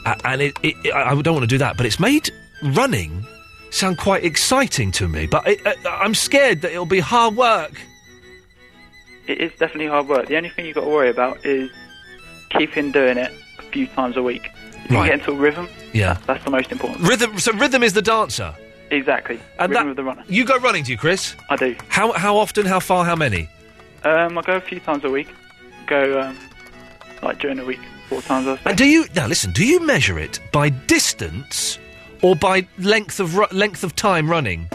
S2: uh, and it, it, I I don't want to do that. But it's made running sound quite exciting to me. But it, uh, I'm scared that it'll be hard work.
S18: It is definitely hard work. The only thing you've got to worry about is keeping doing it a few times a week. If you
S2: Right.
S18: get into a rhythm,
S2: Yeah.
S18: that's the most important.
S2: Rhythm. So rhythm is the dancer.
S18: Exactly.
S2: And
S18: rhythm
S2: that-
S18: of the runner.
S2: You go running, do you, Chris?
S18: I do.
S2: How how often? How far? How many?
S18: Um, I go a few times a week. Go um, like during the week, four times. A...
S2: And do you now listen? Do you measure it by distance or by length of ru- length of time running?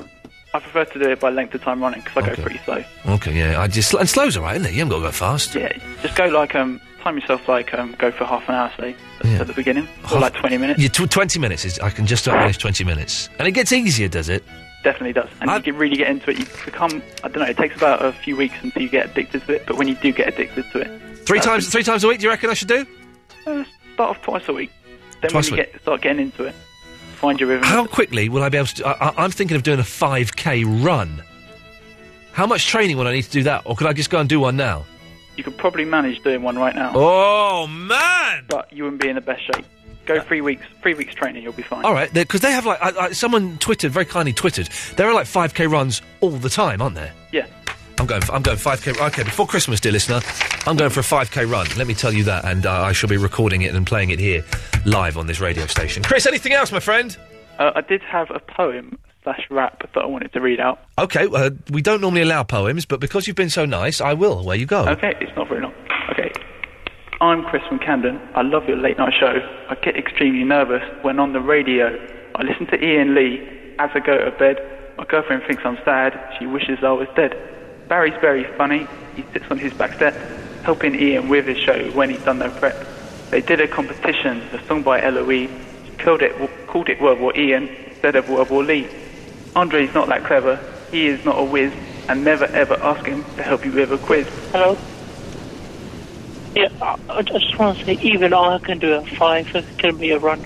S18: I prefer to do it by length of time running because I go pretty slow.
S2: Okay, yeah. I just and slow's all right, isn't it? You haven't got to go fast.
S18: Yeah, just go like um, time yourself like um, go for half an hour, say
S2: Yeah.
S18: at the beginning, or like twenty minutes.
S2: Yeah, tw- twenty minutes is. I can just about manage twenty minutes, and it gets easier, does it?
S18: Definitely does, and you can really get into it. You become, I don't know, it takes about a few weeks until you get addicted to it. But when you do get addicted to it,
S2: Three times, three times a week. Do you reckon I should do?
S18: uh, start off twice a week. Then
S2: Twice a
S18: when you
S2: week.
S18: get start getting into it, find your rhythm.
S2: How quickly will I be able to? Do, I, I- I'm thinking of doing a five k run. How much training would I need to do that, or could I just go and do one now?
S18: You could probably manage doing one right now.
S2: Oh man!
S18: But you wouldn't be in the best shape. Go three weeks, three weeks training, you'll be fine.
S2: All right, because they have like I, I, someone tweeted very kindly tweeted. There are like five k runs all the time, aren't there?
S18: Yeah.
S2: I'm going. For, I'm going five k. Okay, before Christmas, dear listener, I'm going for a five k run. Let me tell you that, and uh, I shall be recording it and playing it here live on this radio station. Chris, anything else, my friend?
S18: Uh, I did have a poem slash rap that I wanted to read out.
S2: Okay, uh, we don't normally allow poems, but because you've been so nice, I will. Away you go.
S18: Okay, it's not very long. Okay. I'm Chris from Camden. I love your late night show. I get extremely nervous when on the radio. I listen to Ian Lee as I go to bed. My girlfriend thinks I'm sad. She wishes I was dead. Barry's very funny. He sits on his back step, helping Ian with his show when he's done no prep. They did a competition, a song by Eloise. She called it, called it World War Ian instead of World War Lee. Andre's not that clever. He is not a whiz, and never ever ask him to help you with a quiz.
S6: Hello? Yeah, I, I just want to say, even I can do a five. It's going be a run.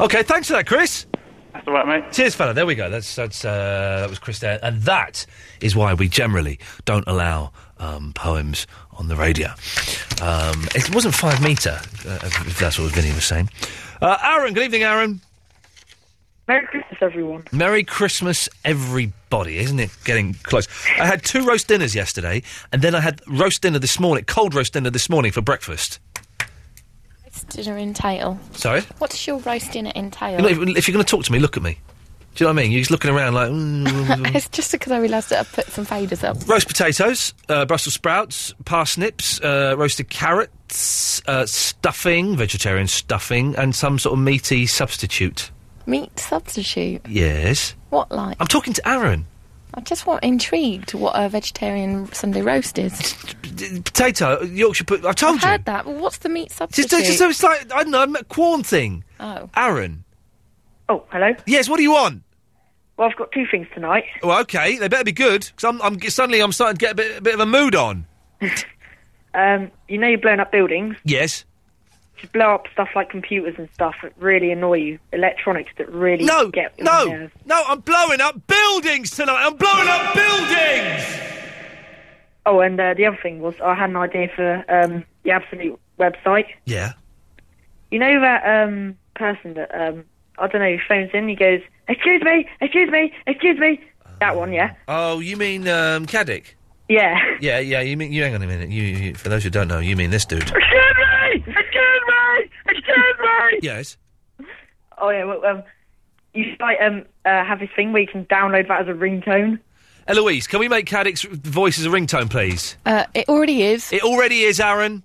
S2: Okay, thanks for that, Chris.
S18: That's all right, mate.
S2: Cheers, fella. There we go. That's that's uh, that was Chris there, and that is why we generally don't allow um, poems on the radio. Um, it wasn't five meter, uh, if if that's what Vinny was saying. Uh, Aaron, good evening, Aaron.
S19: Merry Christmas, everyone.
S2: Merry Christmas, everybody. Isn't it getting close? I had two roast dinners yesterday, and then I had roast dinner this morning, cold roast dinner this morning for breakfast.
S20: Roast dinner entail?
S2: Sorry?
S20: What does your roast dinner entail?
S2: You know, if, if you're going to talk to me, look at me. Do you know what I mean? You're just looking around like.
S20: *laughs*
S2: mm.
S20: it's just because I realised that I put some faders up.
S2: Roast potatoes, uh, Brussels sprouts, parsnips, uh, roasted carrots, uh, stuffing, vegetarian stuffing, and some sort of meaty substitute.
S20: Meat substitute.
S2: Yes.
S20: What like?
S2: I'm talking to Aaron.
S20: I just want intrigued what a vegetarian Sunday roast is.
S2: D- Potato, Yorkshire pudding. I *laughs* told you.
S20: Heard that? Well, what's the meat
S2: Just,
S20: substitute?
S2: just, so it's like, I don't know, a corn thing.
S20: Oh.
S2: Aaron.
S19: Oh, hello?
S2: Yes, what do you want?
S19: Well, I've got two things tonight.
S2: Well, okay, they better be good, because I'm, I'm, suddenly I'm starting to get a bit, a bit of a mood on.
S19: *laughs* Um, you know you're blowing up buildings.
S2: Yes?
S19: Just blow up stuff like computers and stuff that really annoy you. Electronics that really
S2: No,
S19: get on your
S2: no,
S19: nerves.
S2: no, I'm blowing up buildings tonight! I'm blowing up buildings!
S19: Oh, and uh, the other thing was I had an idea for um, the Absolute website.
S2: Yeah.
S19: You know that um, person that, um, I don't know, who phones in, he goes, excuse me, excuse me, excuse me. That one, yeah?
S2: Oh, you mean, um, Caddick?
S19: Yeah. *laughs*
S2: Yeah, yeah, you mean, you hang on a minute. You, you, for those who don't know, you mean this dude.
S19: Excuse me! Excuse me! Excuse me!
S2: yes.
S19: Oh yeah, well, um, you should, like um uh, have this thing where you can download that as a ringtone.
S2: Eloise, can we make Caddick's voice as a ringtone, please?
S20: Uh, it already is.
S2: It already is, Aaron.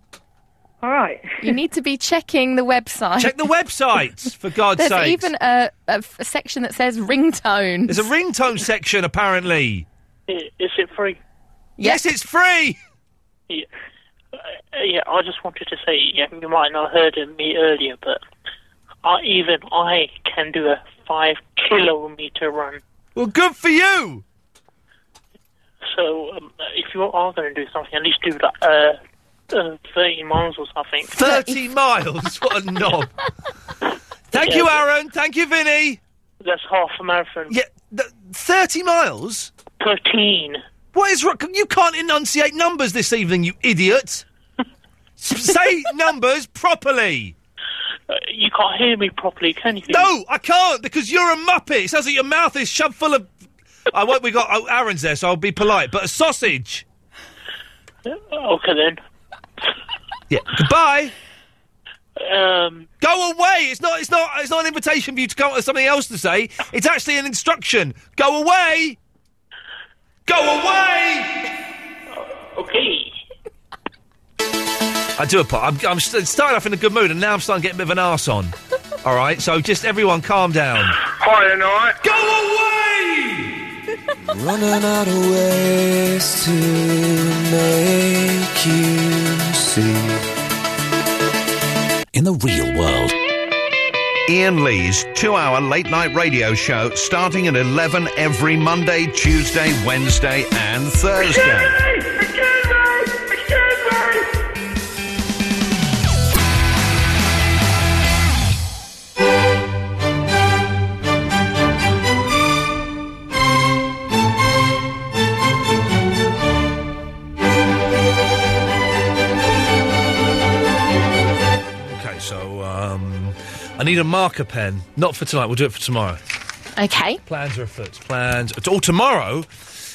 S19: All right.
S20: You need to be checking the website.
S10: *laughs*
S2: Check the website, for
S20: *laughs*
S2: God's
S20: There's
S2: sake.
S20: even a, a f- a section that says ringtone.
S2: There's a ringtone section, apparently.
S6: Is it free?
S2: Yes, it's free.
S6: Yeah. Uh, yeah, I just wanted to say, yeah, you might not have heard of me earlier, but I, even I can do a five kilometer run.
S2: Well, good for you.
S6: So um, if you are going to do something, at least do like uh, uh, thirty miles or something.
S2: 30 miles. What a knob. Thank
S6: Yeah,
S2: you,
S6: but-
S2: Aaron. Thank you, Vinny.
S6: That's half a marathon.
S2: Yeah, th- 30 miles?
S6: 13.
S2: What is wrong? You can't enunciate numbers this evening, you idiot. S-
S6: *laughs*
S2: Say numbers properly.
S6: Uh, you can't hear me properly, can you?
S2: No, I can't because you're a muppet. It sounds like your mouth is shoved full of. I won't. We got oh, Aaron's there, so I'll be polite. But a sausage.
S6: Oh, Okay then.
S2: Yeah. Goodbye.
S6: Um.
S2: Go away. It's not. It's not. It's not an invitation for you to come up with something else to say. It's actually an instruction. Go away. Go away.
S6: Okay.
S2: I do a part. I'm, I'm st- starting off in a good mood, and now I'm starting to get a bit of an arse on. All right. So just everyone, calm down.
S5: Hi, night.
S2: Go away!
S15: Running out of ways to make you see.
S1: In the real world. Ian Lee's two hour late night radio show starting at 11 every Monday, Tuesday, Wednesday, and Thursday.
S2: Okay. So um, I need a marker pen. Not for tonight. We'll do it for tomorrow.
S20: Okay.
S2: Plans are afoot. Plans. Or tomorrow,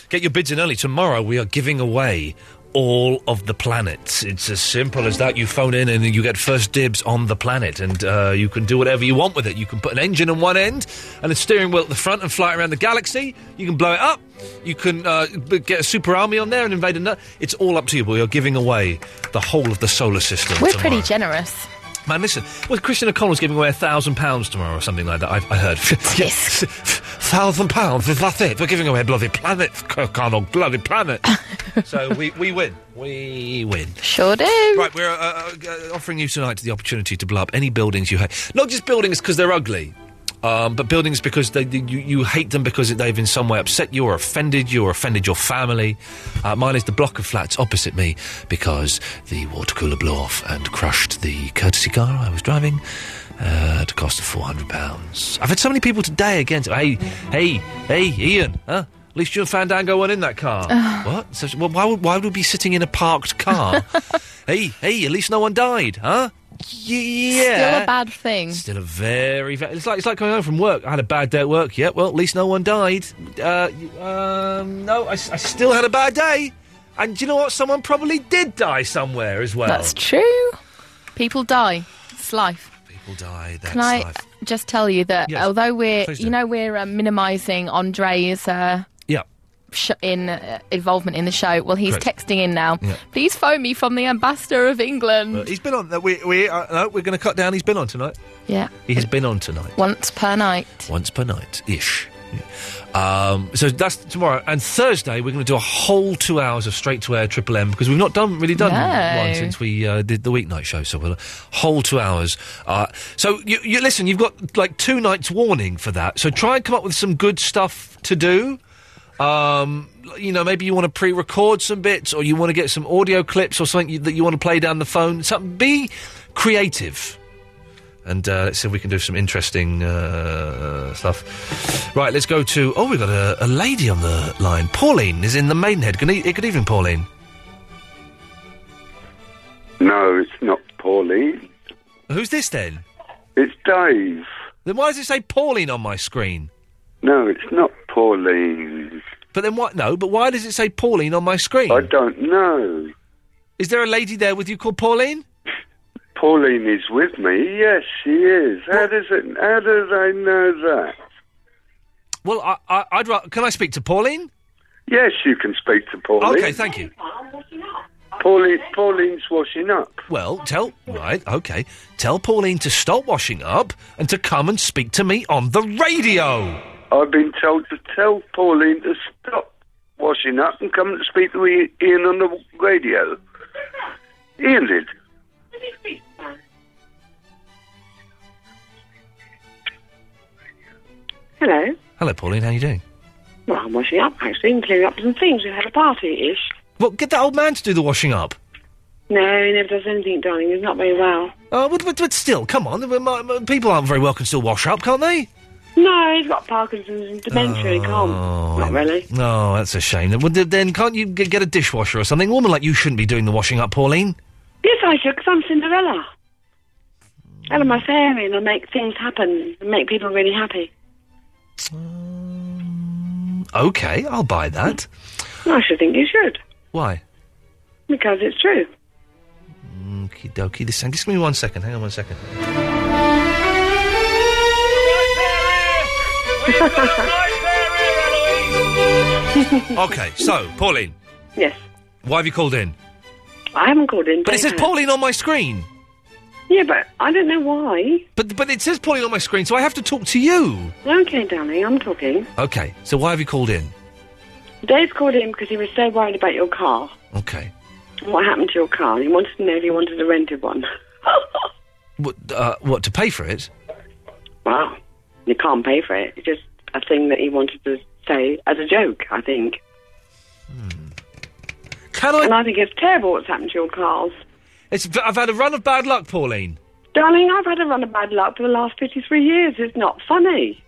S2: get your bids in early. Tomorrow we are giving away all of the planets. It's as simple as that. You phone in and you get first dibs on the planet, and uh, you can do whatever you want with it. You can put an engine on one end and a steering wheel at the front and fly it around the galaxy. You can blow it up. You can uh, b- get a super army on there and invade another. It's all up to you, but you're giving away the whole of the solar system.
S10: We're
S2: tomorrow.
S10: pretty generous.
S2: Man, listen. Well, Christian O'Connell's giving away a thousand pounds tomorrow or something like that. I, I heard. *laughs* yes. Thousand pounds is that it? We're giving away a bloody planet, O'Connell. Bloody planet. so we, we win. We
S3: *laughs*
S2: win.
S10: *laughs* Sure do.
S2: Right, we're uh, uh, offering you tonight the opportunity to blow up any buildings you hate. Not just buildings because they're ugly, um, but buildings because they, they- you, you hate them because they've in some way upset you or offended you or offended your family. Uh, mine is the block of flats opposite me because the water cooler blew off and crushed the courtesy car I was driving. Uh, at a cost of four hundred pounds. I've had so many people today against. Hey, hey, hey, Ian. Huh? At least you and Fandango weren't in that car.
S15: Ugh.
S2: what? So, well, why would why would we be sitting in a
S10: *laughs*
S2: parked car? hey, hey. At least no one died, huh? Yeah.
S10: Still a bad thing.
S2: Still a very, very. It's like it's like coming home from work. I had a bad day at work. Yeah, well, at least no one died. Uh, y- um, no, I, s- I still had a bad day. And do you know what? Someone probably did die somewhere as well.
S10: That's true. People die. It's life.
S2: People die. That's
S10: Can I
S2: life.
S10: just tell you that although we're,
S2: Please do.
S10: you know, we're uh, minimising Andre's uh,
S2: Yeah.
S10: sh- in uh, involvement in the show. Well, he's
S2: Correct.
S10: texting in now.
S2: Yeah.
S10: Please phone me from the ambassador of England.
S2: Uh, he's been on. uh, We we uh, no, we're going to cut down. He's been on tonight.
S10: yeah,
S2: He has been on tonight.
S10: once per night.
S2: Once per night ish. Um, so that's tomorrow and Thursday. We're going to do a whole two hours of straight to air Triple M because we've not done really done
S15: No.
S2: one since we uh, did the weeknight show. So we'll whole two hours. Uh, so you, you listen. You've got like two nights warning for that. So try and come up with some good stuff to do. Um, you know, maybe you want to pre-record some bits, or you want to get some audio clips, or something you, that you want to play down the phone. Something. Be creative and uh, let's see if we can do some interesting uh, stuff. Right, let's go to. Oh, we've got a, a lady on the line. Pauline is in the Maidenhead. Good, e- good evening, Pauline.
S21: No, it's not Pauline.
S2: Who's this then?
S21: It's Dave.
S2: Then why does it say Pauline on my screen?
S21: No, it's not Pauline.
S2: But then what? No, but why does it say Pauline on my screen? I
S21: don't know.
S2: Is there a lady there with you called Pauline?
S21: Pauline is with me. Yes, she is. How does it? How do they know that?
S2: Well, I, I, I'd rather. Can I speak to Pauline?
S21: Yes, you can speak to Pauline.
S2: Okay, thank you.
S21: Pauline, Pauline's washing up.
S2: Well, tell right, okay. Tell Pauline to stop washing up and to come and speak to me on the radio.
S21: I've been told to tell Pauline to stop washing up and come and speak to I- Ian on the radio. Ian did.
S22: Hello.
S2: Hello, Pauline. How you doing?
S22: Well, I'm washing up, actually, and clearing up some things. We've had a party-ish.
S2: Well, get that old man to do the washing up.
S22: No, he never does anything, darling. He's not very well.
S2: Oh, but, but, but still, come on. m- m- m- People aren't very well can still wash up, can't they?
S22: No, he's got Parkinson's and dementia. He can't.
S2: Oh,
S22: Not really.
S2: No, that's a shame. Then- Well, th- then can't you g- get a dishwasher or something? A woman like you shouldn't be doing the washing up, Pauline.
S22: Yes, I should, 'cause I'm Cinderella. Ellen, my fairy, and I make things happen and make people really happy.
S2: Okay, I'll buy that.
S22: Hmm. I should think you should,
S2: Why?
S22: because it's true.
S2: Okie dokie. This just give me one second. Hang on one second.
S22: *laughs*
S2: okay, so Pauline,
S22: yes.
S2: why have you called in?
S22: I haven't called in.
S2: But it
S22: Dave
S2: says
S22: has.
S2: Pauline on my screen.
S22: Yeah, but I don't know why.
S2: But but it says Pauline on my screen, so I have to talk to you.
S22: Okay, darling, I'm talking.
S2: Okay, so why have you called in?
S22: Dave's called in because he was so worried about your car.
S2: Okay.
S22: and What happened to your car? He wanted to know if you wanted a rented one. *laughs*
S2: What, uh, what to pay for it?
S22: Wow. You can't pay for it. It's just a thing that he wanted to say as a joke, I think.
S2: Hmm. Can I?
S22: And I think it's terrible what's happened to your cars.
S2: It's I've had a run of bad luck, Pauline.
S22: Darling, I've had a run of bad luck for the last 53 years. It's not funny.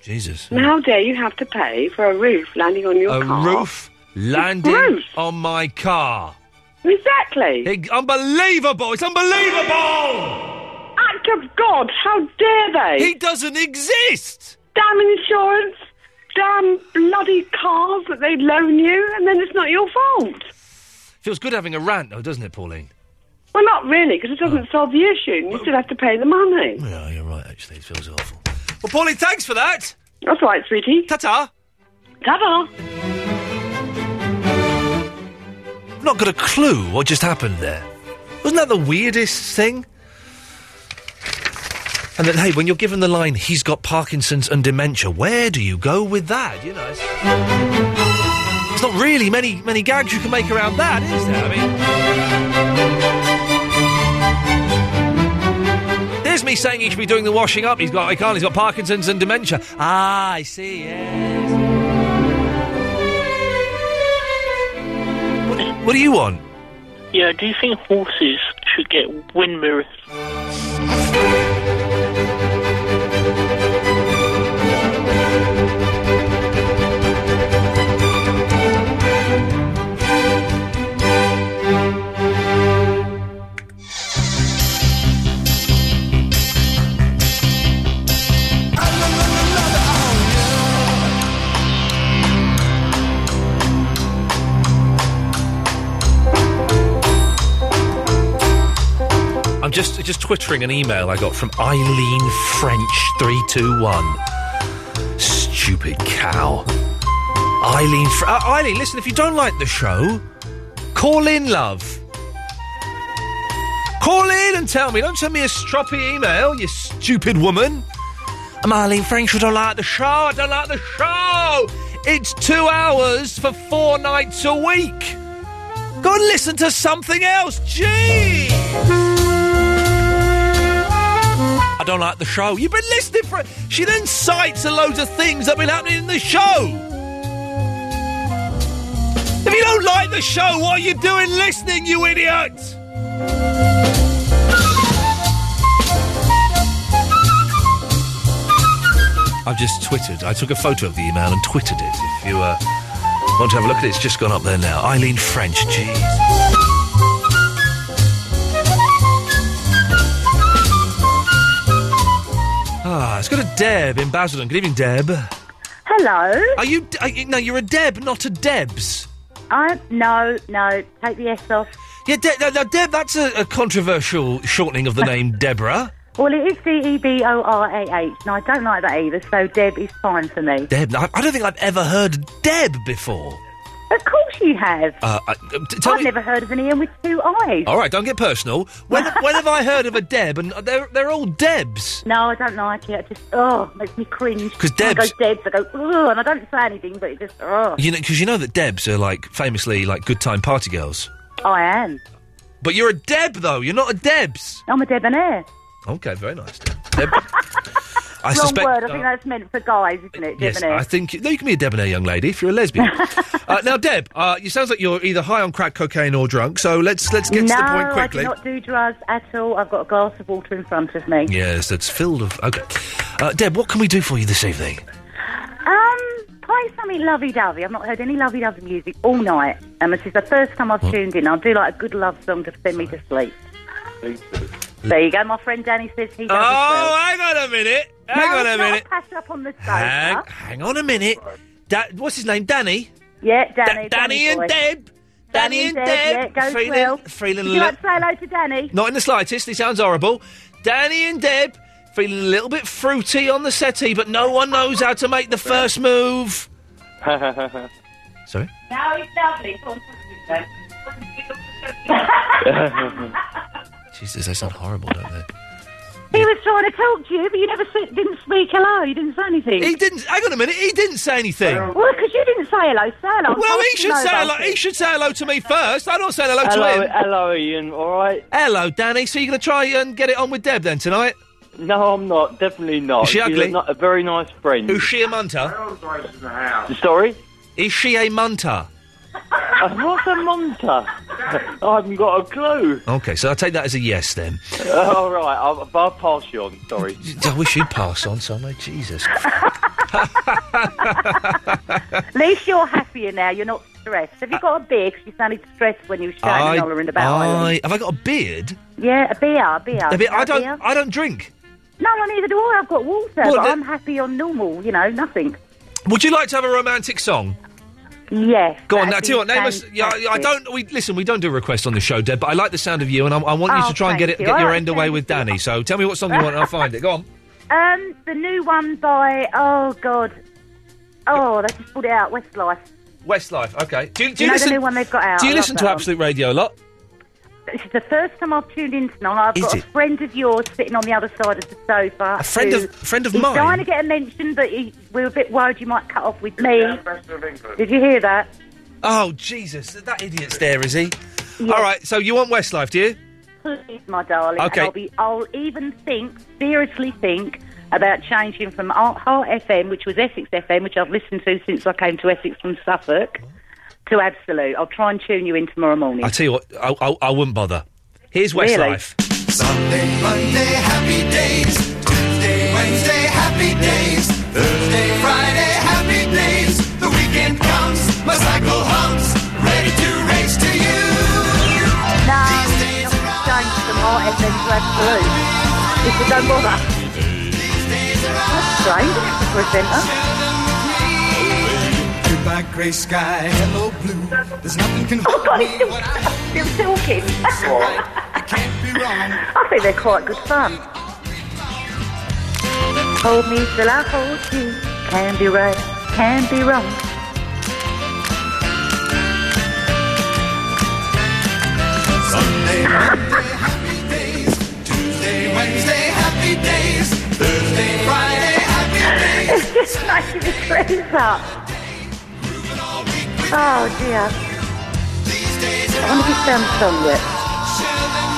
S2: Jesus.
S22: And how dare you have to pay for a roof landing on your
S2: Hmm. a
S22: car?
S2: roof landing on my car.
S22: Exactly.
S2: It- unbelievable! It's unbelievable!
S22: Act of God, how dare they?
S2: He doesn't exist!
S22: Damn insurance, damn bloody cars that they loan you, and then it's not your fault.
S2: Feels good having a rant, though, doesn't it, Pauline?
S22: Well, not really, because it doesn't solve the issue, and you still have to pay the money.
S2: Yeah, you're right, actually. It feels awful. Well, Pauline, thanks for that.
S22: That's all right, sweetie.
S2: Ta ta.
S22: Ta ta.
S2: I've not got a clue what just happened there. Wasn't that the weirdest thing? And that, hey, when you're given the line, he's got Parkinson's and dementia, where do you go with that? You know, it's, there's not really many, many gags you can make around that, is there? I mean, there's me saying he should be doing the washing up. He's got, he can't, he's got Parkinson's and dementia. Ah, I see, yes. What, what do you want?
S6: Yeah, do you think horses should get wind mirrors?
S2: I'm just just twittering an email I got from Eileen French three two one. Stupid cow, Eileen. Fr- uh, Eileen, listen. If you don't like the show, call in, love. Call in and tell me. Don't send me a stroppy email, you stupid woman. I'm Eileen French. I don't like the show. I don't like the show. It's two hours for four nights a week. Go and listen to something else. Gee. I don't like the show. You've been listening for it. She then cites a load of things that have been happening in the show. If you don't like the show, what are you doing listening, you idiot? I've just twittered. I took a photo of the email and twittered it. If you uh, want to have a look at it, it's just gone up there now. Eileen French, jeez. Ah, it's got a Deb in Basildon. Good evening, Deb.
S3: Hello.
S2: Are you? Are you no, you're a Deb, not a Debs.
S3: I no no. Take the S off.
S2: Yeah, De- now, now, Deb, that's a, a controversial shortening of
S3: *laughs*
S2: the name Deborah.
S3: Well, it is D E B O R A H, and I don't like that either. So Deb is fine for me.
S2: Deb, I, I don't think I've ever heard Deb before.
S3: Of course you have.
S2: Uh, I, t- tell
S3: I've
S2: me,
S3: never heard of an Ian with two eyes.
S2: all right, don't get personal.
S3: *laughs*
S2: When, when have I heard of a Deb? And uh, Oh, they're they're all Debs.
S3: No, I don't like it. I just oh, makes me cringe.
S2: 'Cause
S3: When
S2: Debs-
S3: I go Debs, I go oh, and I don't say anything, but it just oh,
S2: You know, because you know that Debs are like famously like good time party girls.
S3: I am.
S2: But you're a Deb though. You're not a Debs.
S3: I'm a debonair.
S2: Okay, very nice. Deb.
S3: *laughs*
S2: Deb. I
S3: Wrong
S2: suspect.
S3: word. I
S2: uh,
S3: think that's meant for guys, isn't it?
S2: Yes,
S3: debonair.
S2: I think no, you can be a debonair young lady if you're a
S3: *laughs*
S2: lesbian. uh, now, Deb, uh, you sounds like you're either high on crack cocaine or drunk. So let's let's get to
S3: no,
S2: the point
S3: I
S2: quickly.
S3: do not do drugs at all. I've got a glass of water in front of me.
S2: Yes, that's filled of. Okay, uh, Deb, what can we do for you this evening?
S3: Um, play something lovey-dovey. I've not heard any lovey-dovey music all night, and this is the first time I've tuned in. I'll do like a good love song to send me to sleep. There you go. My friend Danny says he does.
S2: Oh, hang on a minute. Hang
S3: no,
S2: on a
S3: it's not
S2: minute.
S3: Pass up on the sofa.
S2: Hang, hang on a minute. Da- what's his name? Danny.
S3: Yeah, Danny.
S2: Danny and
S3: boy.
S2: Deb. Danny and Deb.
S3: Yeah, it goes
S2: Three little-
S3: well.
S2: three
S3: Would
S2: little
S3: you
S2: li-
S3: like to say hello to Danny?
S2: Not in the slightest. He sounds horrible. Danny and Deb feeling a little bit fruity on the settee, but no one knows how to make the first move. Sorry.
S9: Now it's lovely. Go on, talk to me, then.
S2: Jesus, they sound horrible, don't they?
S3: He was trying to talk to you, but you never said, didn't speak hello. You didn't say anything.
S2: He didn't. Hang on a minute. He didn't say anything.
S3: Well, because you didn't say hello. Say hello. I'm
S2: Well, he
S3: passing
S2: should say
S3: over.
S2: hello. He should say hello to me first. I'm not saying hello, to
S4: Hello,
S2: him.
S4: hello, Ian. All right.
S2: Hello, Danny. So you're going to try and get it on with Deb then tonight?
S4: No, I'm not. Definitely not.
S2: Is she
S4: She's
S2: ugly?
S4: a, not a very nice friend.
S2: Is she a munter?
S4: Sorry.
S2: Is she a munter?
S4: Uh, What's a munter? I haven't got
S7: *laughs*
S4: a clue.
S2: Okay, so I'll take that as a yes then.
S4: Uh, all right, I'll, I'll pass you on. Sorry.
S2: I wish you'd pass on somewhere.
S3: *laughs*
S2: Jesus.
S3: *laughs* At least you're happier now. You're not stressed. Have you got a beer? 'Cause you sounded stressed when you were shouting and hollering about.
S2: I, have I got a beard?
S3: Yeah, a beer, a beer.
S2: A bit,
S3: Uh,
S2: I
S3: You know,
S2: don't.
S3: beer?
S2: I don't drink.
S3: No, no, neither do I. I've got water,
S2: Well,
S3: but
S2: the-
S3: I'm happy on normal. You know, nothing.
S2: Would you like to have a romantic song?
S3: Yes.
S2: Go on,
S3: that'd
S2: now, tell you what,
S3: be
S2: name us. Yeah, I- I
S3: fantastic.
S2: don't. We listen. We don't do requests on the show, Deb. But I like the sound of you, and I, I want you
S3: Oh,
S2: to try and get it,
S3: thank you.
S2: get
S3: I
S2: your
S3: like
S2: end away with Danny. So tell me what song you want, and I'll find it. Go on.
S3: Um, the new one by oh god, oh they just pulled it out. Westlife.
S2: Westlife. Okay. Do you, do you
S3: You know
S2: listen?
S3: the new one they've got out?
S2: Do you
S3: I love
S2: listen
S3: that
S2: to
S3: one.
S2: Absolute Radio a lot?
S3: This is the first time I've tuned in tonight. I've
S2: Is
S3: got
S2: it?
S3: a friend of yours sitting on the other side of the sofa.
S2: A friend
S3: who-
S2: of- friend of
S3: he's
S2: mine?
S3: Trying to get a mention, but he, we were a bit worried you might cut off with me. Did you hear that?
S2: Oh Jesus! That idiot's there, is he? All right. So you want Westlife, do you?
S3: Please, my darling.
S2: Okay.
S3: And I'll, be, I'll even think, seriously think, about changing from Art Heart FM, which was Essex FM, which I've listened to since I came to Essex from Suffolk, to Absolute. I'll try and tune you in tomorrow morning.
S2: I tell you what, I, I, I wouldn't bother. Here's
S3: Really?
S2: Westlife.
S15: Sunday, Monday, happy days. Tuesday, Wednesday, happy days. Thursday, Friday, happy days. The weekend comes, my cycle hums, ready to race to you.
S3: No, it's not change from Art FM to Absolute. It's a don't bother. That's strange, isn't it, for a presenter?
S15: Goodbye, grey sky, hello blue. There's nothing can
S3: Oh, God, he's still, he's still talking. I think they're quite good fun. Hold me till I hold you. Can be right, can be wrong.
S15: Sunday, Monday, happy days. Tuesday, Wednesday, happy days. Thursday, Friday, happy days.
S3: It's just making the trees up. Oh dear. I wonder if he's done the song yet.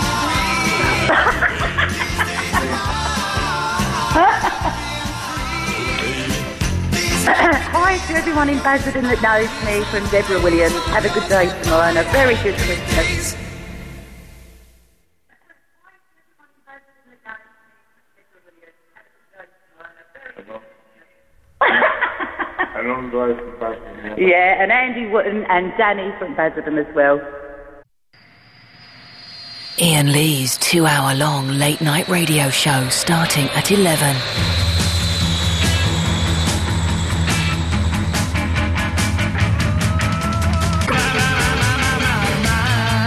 S3: Hi to everyone in Basildon that knows me from Deborah Williams. Have a good day tomorrow and a very good Christmas.
S7: A long drive from Basildon.
S3: Yeah, and Andy Wooden and Danny from Basildon as well.
S11: Ian Lee's two hour long late night radio show starting at 11.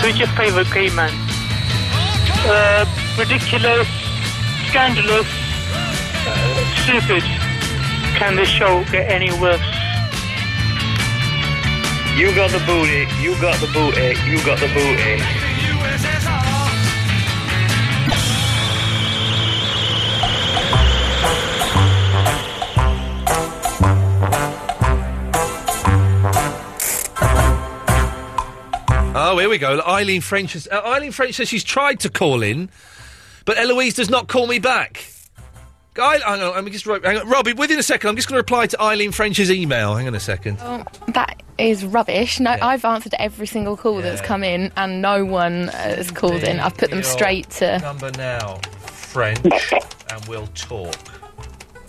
S6: Who's your favourite gay man? Uh, ridiculous, scandalous, uh, stupid. Can this show get any worse?
S8: You got the booty, you got the booty, you got the booty.
S2: Oh, here we go. Eileen French has, uh, Eileen French says she's tried to call in, but Eloise does not call me back. I, I know, let me just ro- hang on. Robbie. Within a second, I'm just going to reply to Eileen French's email. Hang on a second.
S20: Um, that is rubbish. No, I've answered every single call that's come in, and no one uh, has called in. I've put them
S2: Your
S20: straight to.
S2: number now, French, and we'll talk.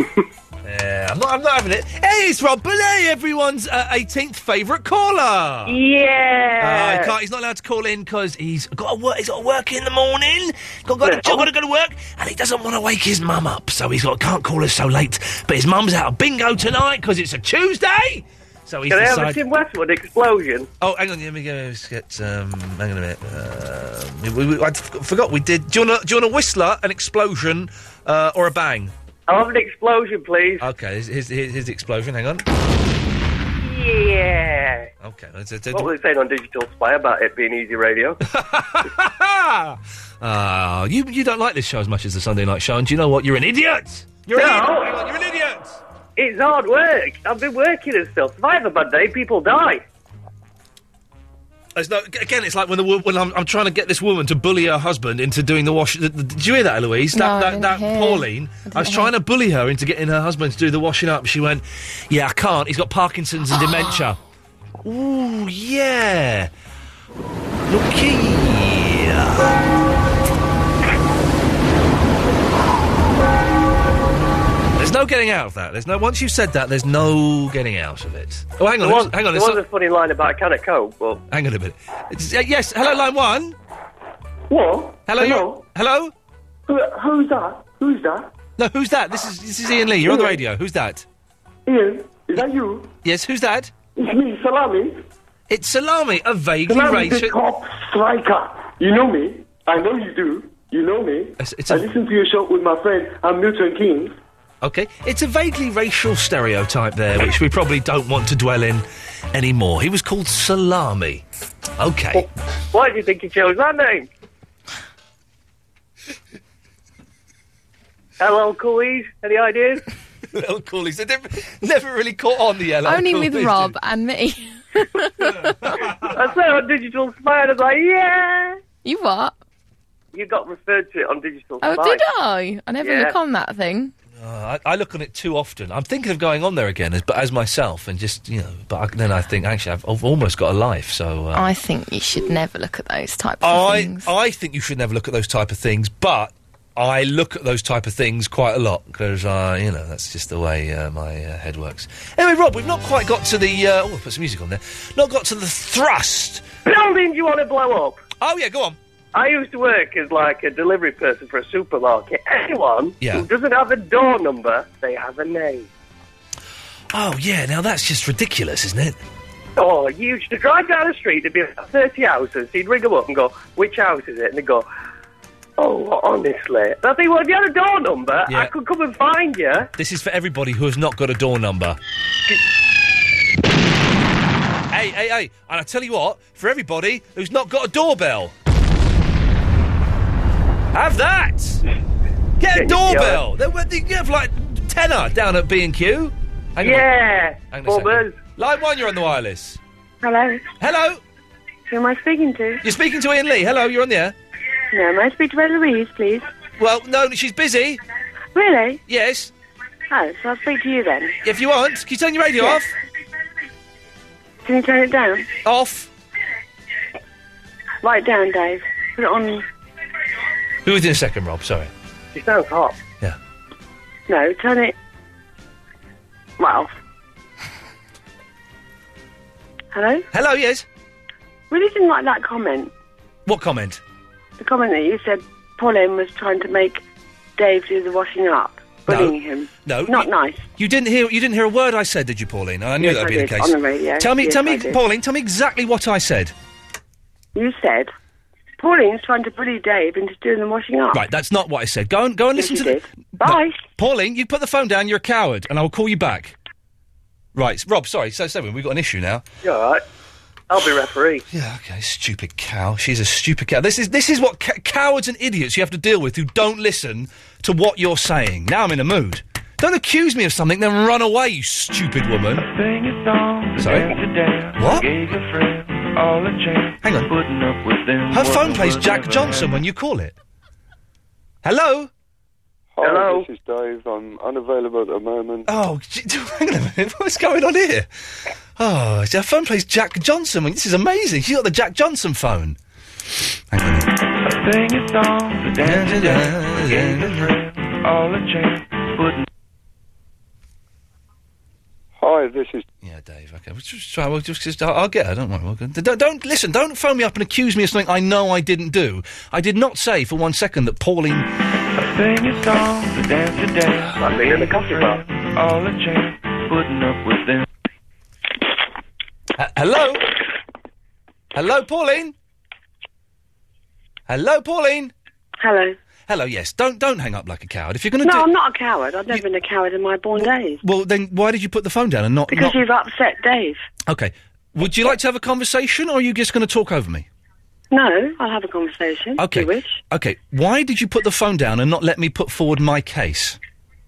S2: *laughs* yeah, I'm not, I'm not having it. Hey, it's Rob Bonet, everyone's uh, 18th favourite caller.
S9: Yeah.
S2: Uh, he can't, he's not allowed to call in because he's got to work. He's got to work in the morning. Got, got, got, got to go to work, and he doesn't want to wake his mum up, so he's got can't call us so late. But his mum's out of bingo tonight because it's a Tuesday. So he's
S8: Can I have a
S2: decided-
S8: Tim Westwood explosion?
S2: Oh, hang on, let me go. Let's get. Um, hang on a minute. Uh, we, we, we- I f- forgot we did. Do you want a, do you want a whistler, an explosion, uh, or a bang? I love an explosion, please. Okay, here's, here's, here's, here's the explosion. Hang on.
S8: Yeah.
S2: Okay. That's, that's,
S8: What was it saying on Digital Spy about it being easy radio?
S2: Ah, you you don't like this show as much as the Sunday night show, and do you know what? You're an idiot. You're an idiot. Hang on, You're an idiot.
S8: It's hard work. I've been working and stuff. If I have a bad day, people die.
S2: It's no, again, it's like when the wo- when I'm, I'm trying to get this woman to bully her husband into doing the washing. Did you hear that, Eloise?
S8: No, I
S2: That, that,
S8: didn't
S2: that
S8: hear.
S2: Pauline.
S8: I
S2: I, was
S8: didn't
S2: trying to bully her into getting her husband to do the washing up. She went, "Yeah, I can't. He's got Parkinson's
S8: *gasps*
S2: and dementia." Ooh, yeah. Looky. There's no getting out of that. There's no. Once you've said that, there's no getting out of it. Oh, hang
S8: There
S2: on, there's-
S8: was,
S2: hang
S8: There
S2: on. there's
S8: was a funny line about I can't cope, but
S2: Hang on a minute. It's- uh, yes, hello, line one.
S8: What?
S2: Hello. Hello. Hello.
S8: Who, who's that? Who's that?
S2: No, who's that? This is this is Ian Lee. You're on the radio. Who's that?
S8: Ian, is that you?
S2: Yes, who's that?
S15: It's me, Salami.
S2: It's Salami, a vaguely
S15: Salami the
S2: racist.
S15: top striker. You know me. I know you do. You know me. I listen to your show with my friend. I'm Milton King.
S2: Okay, it's a vaguely racial stereotype there, which we probably don't want to dwell in anymore. He was called Salami. Okay.
S8: Why do you think he chose that
S2: *laughs*
S8: name? LL Cool E's, any ideas?
S2: *laughs* LL Cool E's, they never, never really caught on the LL
S10: Only
S2: Cool
S10: with
S2: E's,
S10: Rob and me.
S8: I said on Digital Spy, and I was like, yeah.
S10: You what?
S8: You got referred to it on Digital
S10: Oh,
S8: Spy.
S10: did I? I never
S2: Yeah.
S10: look on that thing.
S2: Uh, I, I look on it too often. I'm thinking of going on there again, as, but as myself, and just you know. But I, then I think actually I've, I've almost got a life. So uh,
S10: I think you should never look at those types of
S2: Oh, I,
S10: things.
S2: I think you should never look at those type of things, but I look at those type of things quite a lot because uh, you know that's just the way uh, my uh, head works. Anyway, Rob, we've not quite got to the. Uh, oh, I'll put some music on there. Not got to the thrust.
S8: Building you want to blow up?
S2: Oh, yeah, go on.
S8: I used to work as like a delivery person for a supermarket. Anyone
S2: Yeah.
S8: who doesn't have a door number, they have a name.
S2: Oh yeah, now that's just ridiculous, isn't it?
S8: Oh, you used to drive down the street, there'd be about 30 houses. So you'd ring them up and go, which house is it? And they'd go, oh, honestly. And I think, well, if you had a door number,
S2: Yeah.
S8: I could come and find you.
S2: This is for everybody who has not got a door number. hey, hey, hey! And I tell you what, for everybody who's not got a doorbell, have that. Get a doorbell. They, were- they give like tenner down at B and Q.
S22: Yeah,
S2: Bobbers. Line one, you're on the wireless.
S22: Hello.
S2: Hello.
S22: Who am I speaking to?
S2: You're speaking to Ian Lee. Hello, you're on the air.
S22: No, may I speak to Ray Louise, please?
S2: Well, no, she's busy.
S22: Really?
S2: Yes.
S22: Oh, so I'll speak to you then.
S2: If you want, can you turn your radio
S22: Yeah.
S2: off?
S22: Can you turn it down?
S2: Off.
S22: Right down, Dave. Put it on.
S2: Who was in second, Rob? Sorry.
S22: She sounds hot.
S2: Yeah.
S22: No, turn it. Right off. Hello?
S2: Hello, yes.
S22: Really didn't like that comment.
S2: What comment?
S22: The comment that you said Pauline was trying to make Dave do the washing up, bullying him.
S2: No,
S22: Not nice.
S2: You didn't hear. You didn't hear a word I said, did you, Pauline? I knew
S22: Yes,
S2: that'd
S22: I
S2: be
S22: did,
S2: the case.
S22: on the radio.
S2: Tell me,
S22: Yes,
S2: tell
S22: I
S2: me,
S22: did.
S2: Pauline. Tell me exactly what I said.
S22: You said Pauline's trying to bully Dave into doing the washing up.
S2: Right, that's not what I said. Go and go and listen to the.
S22: Bye,
S2: No. Pauline. You put the phone down. You're a coward, and I will call you back. Right, Rob. Sorry, so seven. We've got an issue now.
S8: You're all right. I'll be
S2: *laughs*
S8: referee.
S2: Yeah, okay. Stupid cow. She's a stupid cow. This is this is what ca- cowards and idiots you have to deal with who don't listen to what you're saying. Now I'm in a mood. Don't accuse me of something, then run away, you stupid woman. Sorry. What? Hang on. Her phone plays Jack Johnson when you call it. Hello.
S21: Hi,
S2: Hello?
S21: this is Dave. I'm unavailable at the moment.
S2: Oh, *laughs* gee, hang on a minute. What's going on here? Oh, her phone plays Jack Johnson. When, this is amazing. She's got the Jack Johnson phone. Hang on.
S21: Hi, this is.
S2: Yeah, Dave. Okay, we'll just try. We'll just, just I'll, I'll get her. Don't worry. We'll, go- don't, don't listen. Don't phone me up and accuse me of something I know I didn't do. I did not say for one second that Pauline. Sing a song to dance Oh, today. I've been in the coffee bar. All a change, putting up with them. hello. Hello, Pauline. Hello, Pauline.
S22: Hello.
S2: Hello. Yes. Don't don't hang up like a coward. If you're going to
S22: No,
S2: do.
S22: I'm not a coward. I've never been a coward in my born days.
S2: Well, then why did you put the phone down and not?
S22: Because
S2: not-
S22: you've upset Dave.
S2: Okay. Would you like to have a conversation, or are you just going to talk over me?
S22: No, I'll have a conversation. if
S2: Okay.
S22: You wish.
S2: Okay. Why did you put the phone down and not let me put forward my case?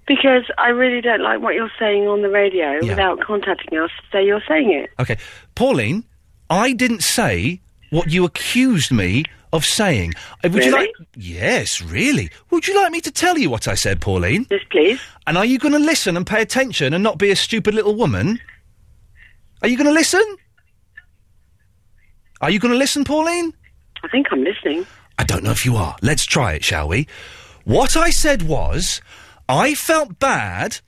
S22: Because I really don't like what you're saying on the radio
S2: Yeah.
S22: without contacting us to say you're saying it.
S2: Okay. Pauline, I didn't say what you accused me of saying. Uh, Would you
S22: Really?
S2: like? Yes, really. Would you like me to tell you what I said, Pauline?
S22: Yes, please.
S2: And are you going to listen and pay attention and not be a stupid little woman? Are you going to listen? Are you going to listen, Pauline?
S22: I think I'm listening.
S2: I don't know if you are. Let's try it, shall we? What I said was, I felt bad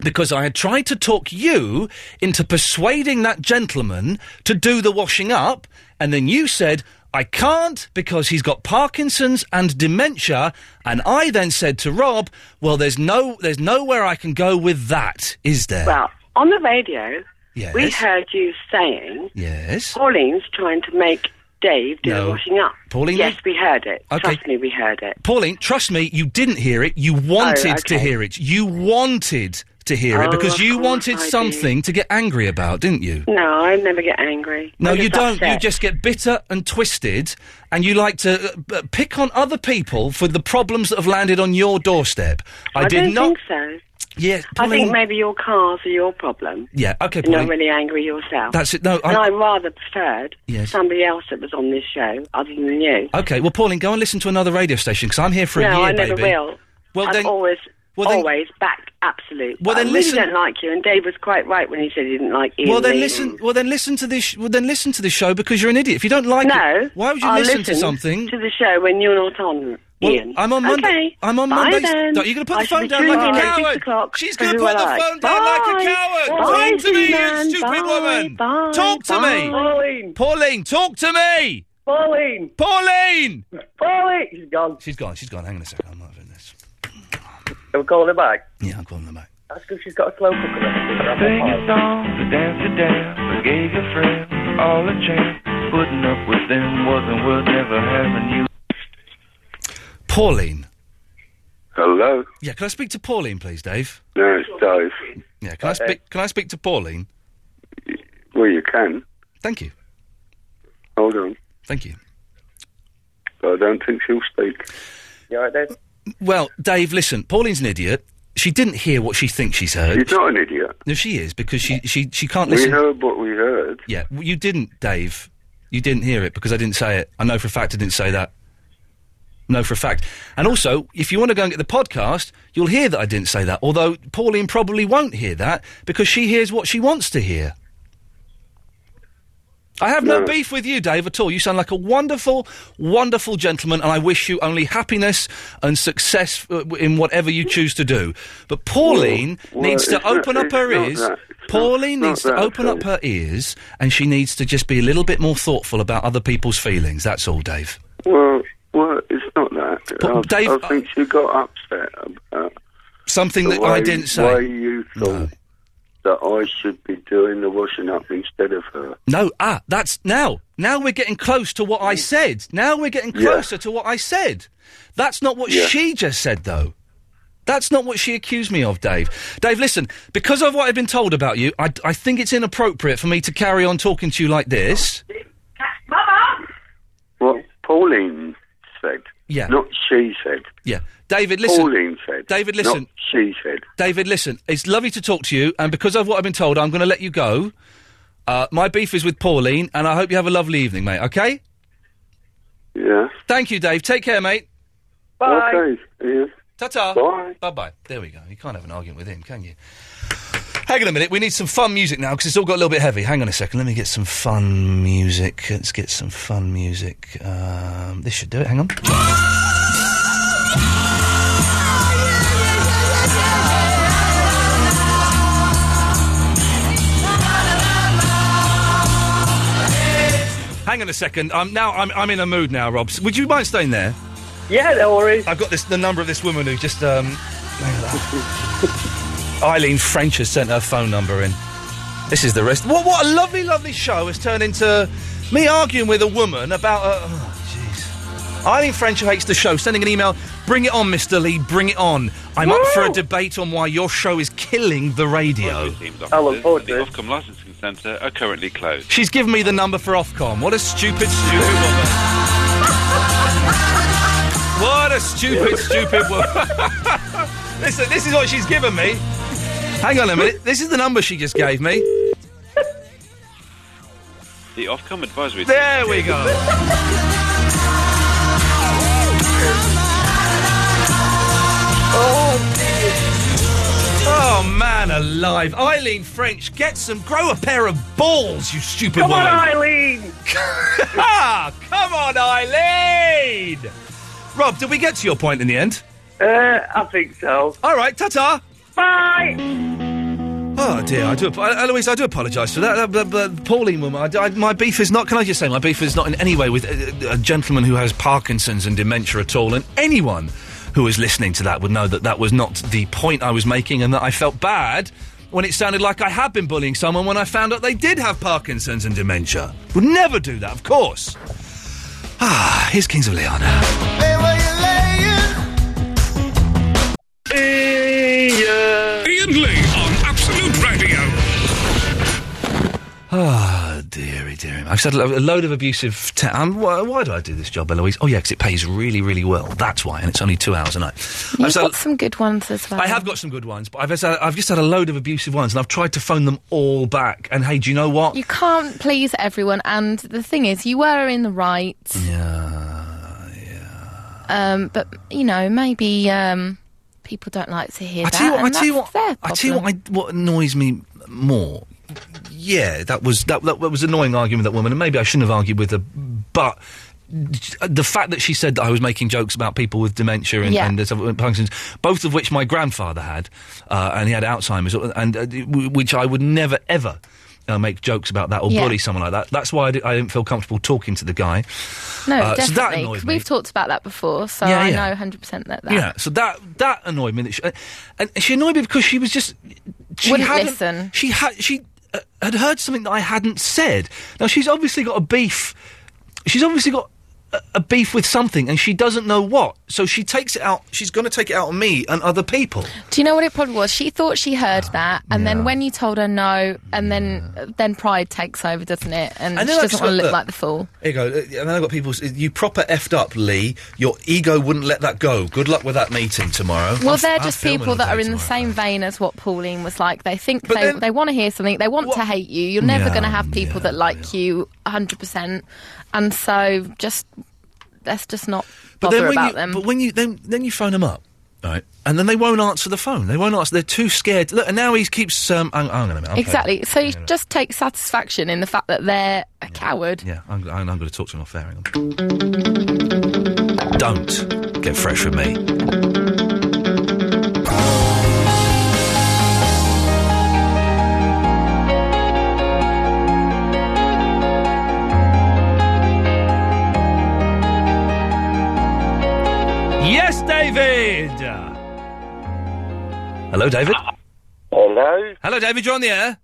S2: because I had tried to talk you into persuading that gentleman to do the washing up, and then you said, I can't because he's got Parkinson's and dementia, and I then said to Rob, well there's no there's nowhere I can go with that, is there?
S22: Well, on the radio,
S2: Yes.
S22: We heard you saying
S2: Yes.
S22: Pauline's trying to make Dave do
S2: No.
S22: the washing up.
S2: Pauline?
S22: Yes, we heard it.
S2: Okay.
S22: Trust me, we heard it.
S2: Pauline, trust me, you didn't hear it. You wanted to
S22: Oh, okay.
S2: hear it. You wanted to hear it
S22: Oh,
S2: because
S22: of
S2: you
S22: course
S2: wanted
S22: I did.
S2: something to get angry about, didn't you?
S22: No, I never get angry.
S2: No,
S22: I'm
S2: you
S22: just
S2: don't. You
S22: upset.
S2: just get bitter and twisted, and you like to uh, b- pick on other people for the problems that have landed on your doorstep. I,
S22: I
S2: did
S22: don't
S2: not.
S22: think so.
S2: Yes,
S22: I think
S2: Pauline-
S22: maybe your cars are your problem.
S2: Yeah, okay,
S22: You're
S2: Pauline.
S22: not really angry yourself.
S2: That's it, no,
S22: and
S2: I-
S22: I rather preferred
S2: Yes.
S22: somebody else that was on this show other than you.
S2: Okay, well, Pauline, go and listen to another radio station because I'm here for
S22: no,
S2: a year,
S22: I never
S2: baby.
S22: will.
S2: Well,
S22: I'm
S2: then-
S22: always,
S2: well, then-
S22: always back absolute.
S2: Well,
S22: I
S2: then
S22: really
S2: listen-
S22: don't like you, and Dave was quite right when he said he didn't like you.
S2: Well then listen. Well then listen to this. Well then listen to this show because you're an idiot. If you don't like
S22: No,
S2: it, why would you
S22: I
S2: listen to
S22: listened
S2: something?
S22: To the show when you're not on.
S2: Well,
S22: Ian.
S2: I'm on Monday.
S22: Okay.
S2: I'm on
S22: Bye
S2: Mondays.
S22: Then.
S2: You're gonna put the
S22: I shall
S2: phone
S22: be
S2: down
S22: tuning
S2: like a
S22: in at
S2: coward.
S22: six o'clock
S2: She's
S22: for
S2: gonna
S22: who
S2: put
S22: I
S2: the
S22: like.
S2: phone down
S22: Bye.
S2: like a coward.
S22: Bye,
S2: Talk to me,
S22: Suzanne.
S2: you stupid
S22: Bye.
S2: woman.
S22: Bye.
S2: Talk to me,
S22: Bye.
S2: Pauline. Talk to me,
S22: Pauline.
S2: Pauline.
S22: Pauline. She's gone.
S2: She's gone. She's gone. Hang on a second. I'm not having this.
S8: Are we calling her back?
S2: Yeah, I'm calling her back.
S8: That's because she's got a slow cooker.
S13: Sing a song, to dance to dance. I gave your friends all a chance. Putting up with them wasn't worth never having you.
S2: Pauline.
S21: Hello?
S2: Yeah, can I speak to Pauline, please, Dave?
S21: No, it's Dave.
S2: Yeah, can I speak? Can I speak to Pauline?
S21: Well, you can.
S2: Thank you.
S21: Hold on.
S2: Thank you.
S21: But I don't think she'll speak.
S8: You alright, Dave?
S2: Well, Dave, listen. Pauline's an idiot. She didn't hear what she thinks she's heard.
S21: She's not an idiot.
S2: No, she is because she she she can't
S21: We
S2: listen.
S21: heard what we heard.
S2: Yeah, well, you didn't, Dave. You didn't hear it because I didn't say it. I know for a fact I didn't say that. No, for a fact. And also, if you want to go and get the podcast, you'll hear that I didn't say that. Although Pauline probably won't hear that because she hears what she wants to hear. I have no,
S21: No.
S2: beef with you, Dave, at all. You sound like a wonderful, wonderful gentleman, and I wish you only happiness and success uh, w- in whatever you choose to do. But Pauline
S21: Well,
S2: needs
S21: it's
S2: to
S21: not-
S2: open up
S21: it's
S2: her
S21: not
S2: ears.
S21: that. It's not-
S2: Pauline
S21: not
S2: needs to
S21: that,
S2: open up her ears, and she needs to just be a little bit more thoughtful about other people's feelings. That's all, Dave.
S21: Well, well, it's not that. I,
S2: Dave,
S21: I think she got upset about
S2: Something
S21: the
S2: that
S21: way,
S2: I didn't say.
S21: Why you thought that I should be doing the washing up instead of her?
S2: No, ah, that's now. Now we're getting close to what I said. Now we're getting
S21: Hmm. Yeah.
S2: closer to what I said. That's not what
S21: Yeah.
S2: she just said, though. That's not what she accused me of, Dave. Dave, listen, because of what I've been told about you, I, I think it's inappropriate for me to carry on talking to you like this.
S21: What Pauline said.
S2: Yeah.
S21: Not she said.
S2: Yeah. David, listen.
S21: Pauline said.
S2: David, listen.
S21: Not she said.
S2: David, listen, it's lovely to talk to you, and because of what I've been told, I'm going to let you go. Uh, my beef is with Pauline, and I hope you have a lovely evening, mate, okay?
S21: Yeah.
S2: Thank you, Dave. Take care, mate.
S21: Bye. Okay. Yeah.
S2: Ta-ta.
S21: Bye.
S2: Bye-bye. There we go. You can't have an argument with him, can you? Hang on a minute. We need some fun music now because it's all got a little bit heavy. Hang on a second. Let me get some fun music. Let's get some fun music. Um, this should do it. Hang on. Hang on a second. Um, now I'm, I'm in a mood now, Rob. Would you mind staying there?
S8: Yeah, no worries.
S2: I've got this the number of this woman who just um, hang on
S8: *laughs*
S2: a minute. Eileen French has sent her phone number in. This is the rest. What what a lovely lovely show has turned into me arguing with a woman about. A, oh, jeez. Eileen French who hates the show. Sending an email. Bring it on, Mr. Lee. Bring it on. I'm up for a debate on why your show is killing the radio.
S14: Alan Porter. The Ofcom Licensing Centre are currently closed.
S2: She's given me the number for Ofcom. What a stupid, stupid woman. What a stupid, stupid woman. *laughs* Listen, this is what she's given me. Hang on a minute. This is the number she just gave me.
S14: The Ofcom Advisory
S2: There we go. Oh, man alive. Eileen French, get some. Grow a pair of balls, you stupid
S8: Come
S2: woman.
S8: on, Eileen!
S2: *laughs* Ah, Come on, Eileen! Rob, did we get to your point in the end?
S8: Uh, I think so.
S2: All right, ta-ta.
S8: Bye.
S2: Oh dear, I do. ap- uh, Eloise, I do apologise for that. Uh, but, but Pauline, woman, I d I my beef is not. Can I just say, my beef is not in any way with uh, a, a gentleman who has Parkinson's and dementia at all. And anyone who is listening to that would know that that was not the point I was making, and that I felt bad when it sounded like I had been bullying someone when I found out they did have Parkinson's and dementia. Would never do that, of course. Ah, here's Kings of Leon.
S15: Ian Lee on Absolute Radio.
S2: Ah, dearie, dearie. I've said lo- a load of abusive. Te- um, why, why do I do this job, Eloise? Oh, yeah, because it pays really, really well. That's why, and it's only two hours a night.
S10: You've
S2: I've said-
S10: got some good ones as well.
S2: I have got some good ones, but I've just, had, I've just had a load of abusive ones, and I've tried to phone them all back. And hey, do you know what?
S10: You can't please everyone, and the thing is, you were in the right. Um, but you know, maybe um, people don't like to hear
S2: I
S10: that.
S2: tell you what, I
S10: and
S2: tell you
S10: that's
S2: what,
S10: their
S2: I tell you what,
S10: problem.
S2: I, what annoys me more. Yeah, that was that, that was an annoying argument with that woman, and maybe I shouldn't have argued with her, but. The fact that she said that I was making jokes about people with dementia and,
S10: Yeah.
S2: and this other Parkinson's, both of which my grandfather had, uh, and he had Alzheimer's, and uh, w- which I would never ever uh, make jokes about that or
S10: Yeah.
S2: bully someone like that. That's why I, di- I didn't feel comfortable talking to the guy.
S10: No,
S2: Uh, so that
S10: definitely. 'cause
S2: annoyed me.
S10: We've talked about that before, so
S2: Yeah,
S10: I
S2: yeah.
S10: know 100 percent that that
S2: Yeah, so that that annoyed me. That she, uh, and she annoyed me because she was just she
S10: Wouldn't
S2: hadn't-
S10: listen.
S2: She had she uh, had heard something that I hadn't said. Now she's obviously got a beef. She's obviously got a, a beef with something, and she doesn't know what. So she takes it out. She's going to take it out on me and other people.
S10: Do you know what it probably was? She thought she
S2: Ah,
S10: heard that, and then when you told her no, and then then pride takes over, doesn't it? And,
S2: And then
S10: she
S2: I've
S10: doesn't
S2: just
S10: want to
S2: got-
S10: look
S2: look.
S10: like the fool.
S2: There you go. Uh, And then I've got people. s- You proper effed up, Lee. Your ego wouldn't let that go. Good luck with that meeting tomorrow.
S10: Well,
S2: I'm-
S10: they're
S2: I'm
S10: just
S2: filming
S10: people
S2: all
S10: that
S2: day
S10: are in the
S2: tomorrow.
S10: same vein as what Pauline was like. They think
S2: But
S10: they,
S2: then-
S10: they want to hear something. They want to hate you. You're never
S2: Yeah,
S10: going to have people that like you 100%. And so just let's just not bother
S2: when
S10: about
S2: you,
S10: them.
S2: But when you then then you phone them up, right? And then they won't answer the phone. They won't answer. They're too scared. Look, and now he keeps. Um, hang, hang on a minute. I'll play
S10: exactly.
S2: that.
S10: So you
S2: Hang on a
S10: just take satisfaction in the fact that they're a coward.
S2: minute. Yeah, I'm, I'm, I'm going to talk to him off air. Hang on. Don't get fresh with me. Yes, David. Hello, David.
S5: Hello.
S2: Hello, David. You're on the air.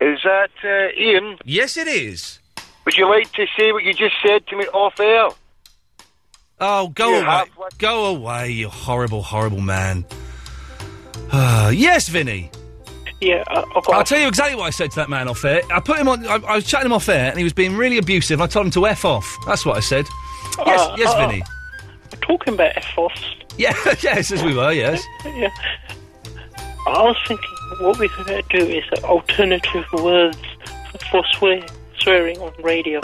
S5: Is that uh, Ian?
S2: Yes, it is.
S5: Would you like to say what you just said to me off air?
S2: Oh, go
S5: You
S2: away. Go away, you horrible, horrible man. Ah, yes, Vinny.
S6: Yeah, uh, I, I've got
S2: I'll tell you exactly what I said to that man off air. I put him on. I, I was chatting him off air, and he was being really abusive. I told him to f off. That's what I said. Yes,
S6: Uh,
S2: yes,
S6: uh,
S2: Vinny.
S6: talking about F offs.
S2: Yeah, *laughs* yes, as we were. Yes.
S6: Yeah. I was thinking what we could do is alternative words for swear, swearing on radio.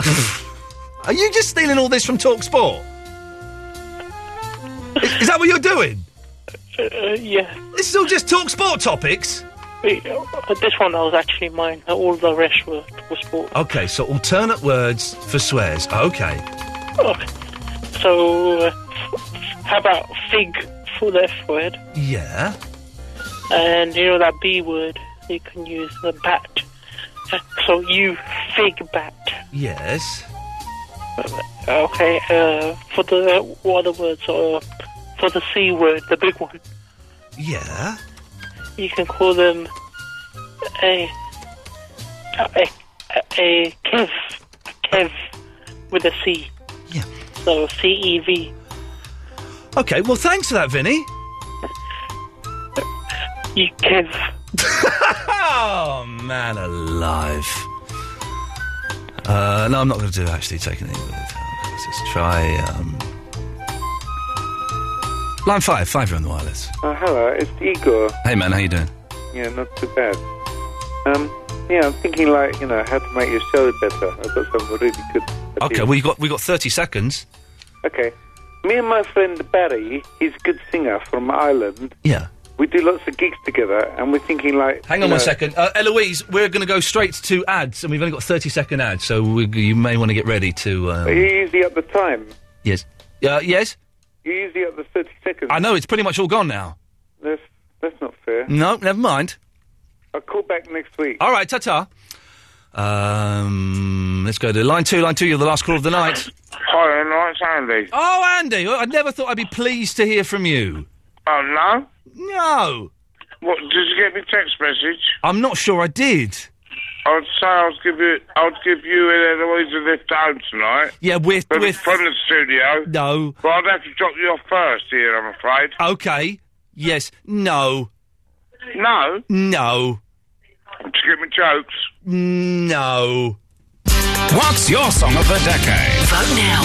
S2: Are you just stealing all this from Talk Sport? Is, is that what you're doing?
S6: uh, yeah.
S2: This is all just Talk Sport topics.
S6: Uh, This one that was actually mine. All the rest were, were sport.
S2: Okay, so alternate words for swears. Okay.
S6: Okay. So, uh, how about fig for the F word?
S2: *laughs* Yeah.
S6: And you know that B word, you can use the bat. Uh, So, you fig bat.
S2: Yes.
S6: Okay, uh, for the, what other words? Uh, for the C word, the big one,
S2: Yeah.
S6: you can call them a, a, a kev, a kev with a C. Yeah. So, E C-E-V.
S2: Okay. Well, thanks for that, Vinny. *laughs*
S6: You kev.
S2: oh man, alive! Uh, no, I'm not going to do actually take anything with it. Let's just try um, line five. Five, you're on the wireless.
S12: Uh, hello, it's Igor.
S2: Hey man, how you doing?
S12: Yeah, not too bad. Um, yeah, I'm thinking like you know how to make your show better. I've got some really good.
S2: Okay, we got we got 30 seconds.
S12: Okay, me and my friend Barry, he's a good singer from Ireland.
S2: Yeah.
S12: We do lots of gigs together, and we're thinking like.
S2: Hang
S12: you
S2: on one
S12: know-
S2: second, uh, Eloise. We're going to go straight to ads, and we've only got 30 second ads, so we, you may want to get ready to.
S12: Are you
S2: Um,
S12: usually up the time?
S2: yes. Uh, yes.
S12: You're usually up the thirty seconds.
S2: I know it's pretty much all gone now.
S12: That's that's not fair.
S2: No, never mind.
S12: I'll call back next week.
S2: All right, ta-ta. Um, let's go to line two. Line two, you're the last call of the night.
S5: Hi, no, it's Andy.
S2: Oh, Andy, I I never thought I'd be pleased to hear from you.
S5: Oh, no?
S2: No.
S5: What, did you get me text message?
S2: I'm not sure I did.
S5: I'd say I'll give you, I'll give you and Eloise a lift home tonight.
S2: Yeah, with
S5: from,
S2: with
S5: from the studio.
S2: No.
S5: But I'd have to drop you off first here, I'm afraid.
S2: Okay. Yes. No.
S5: No.
S2: No.
S5: Did you get me jokes?
S2: No.
S16: What's your song of the decade?
S11: Vote now.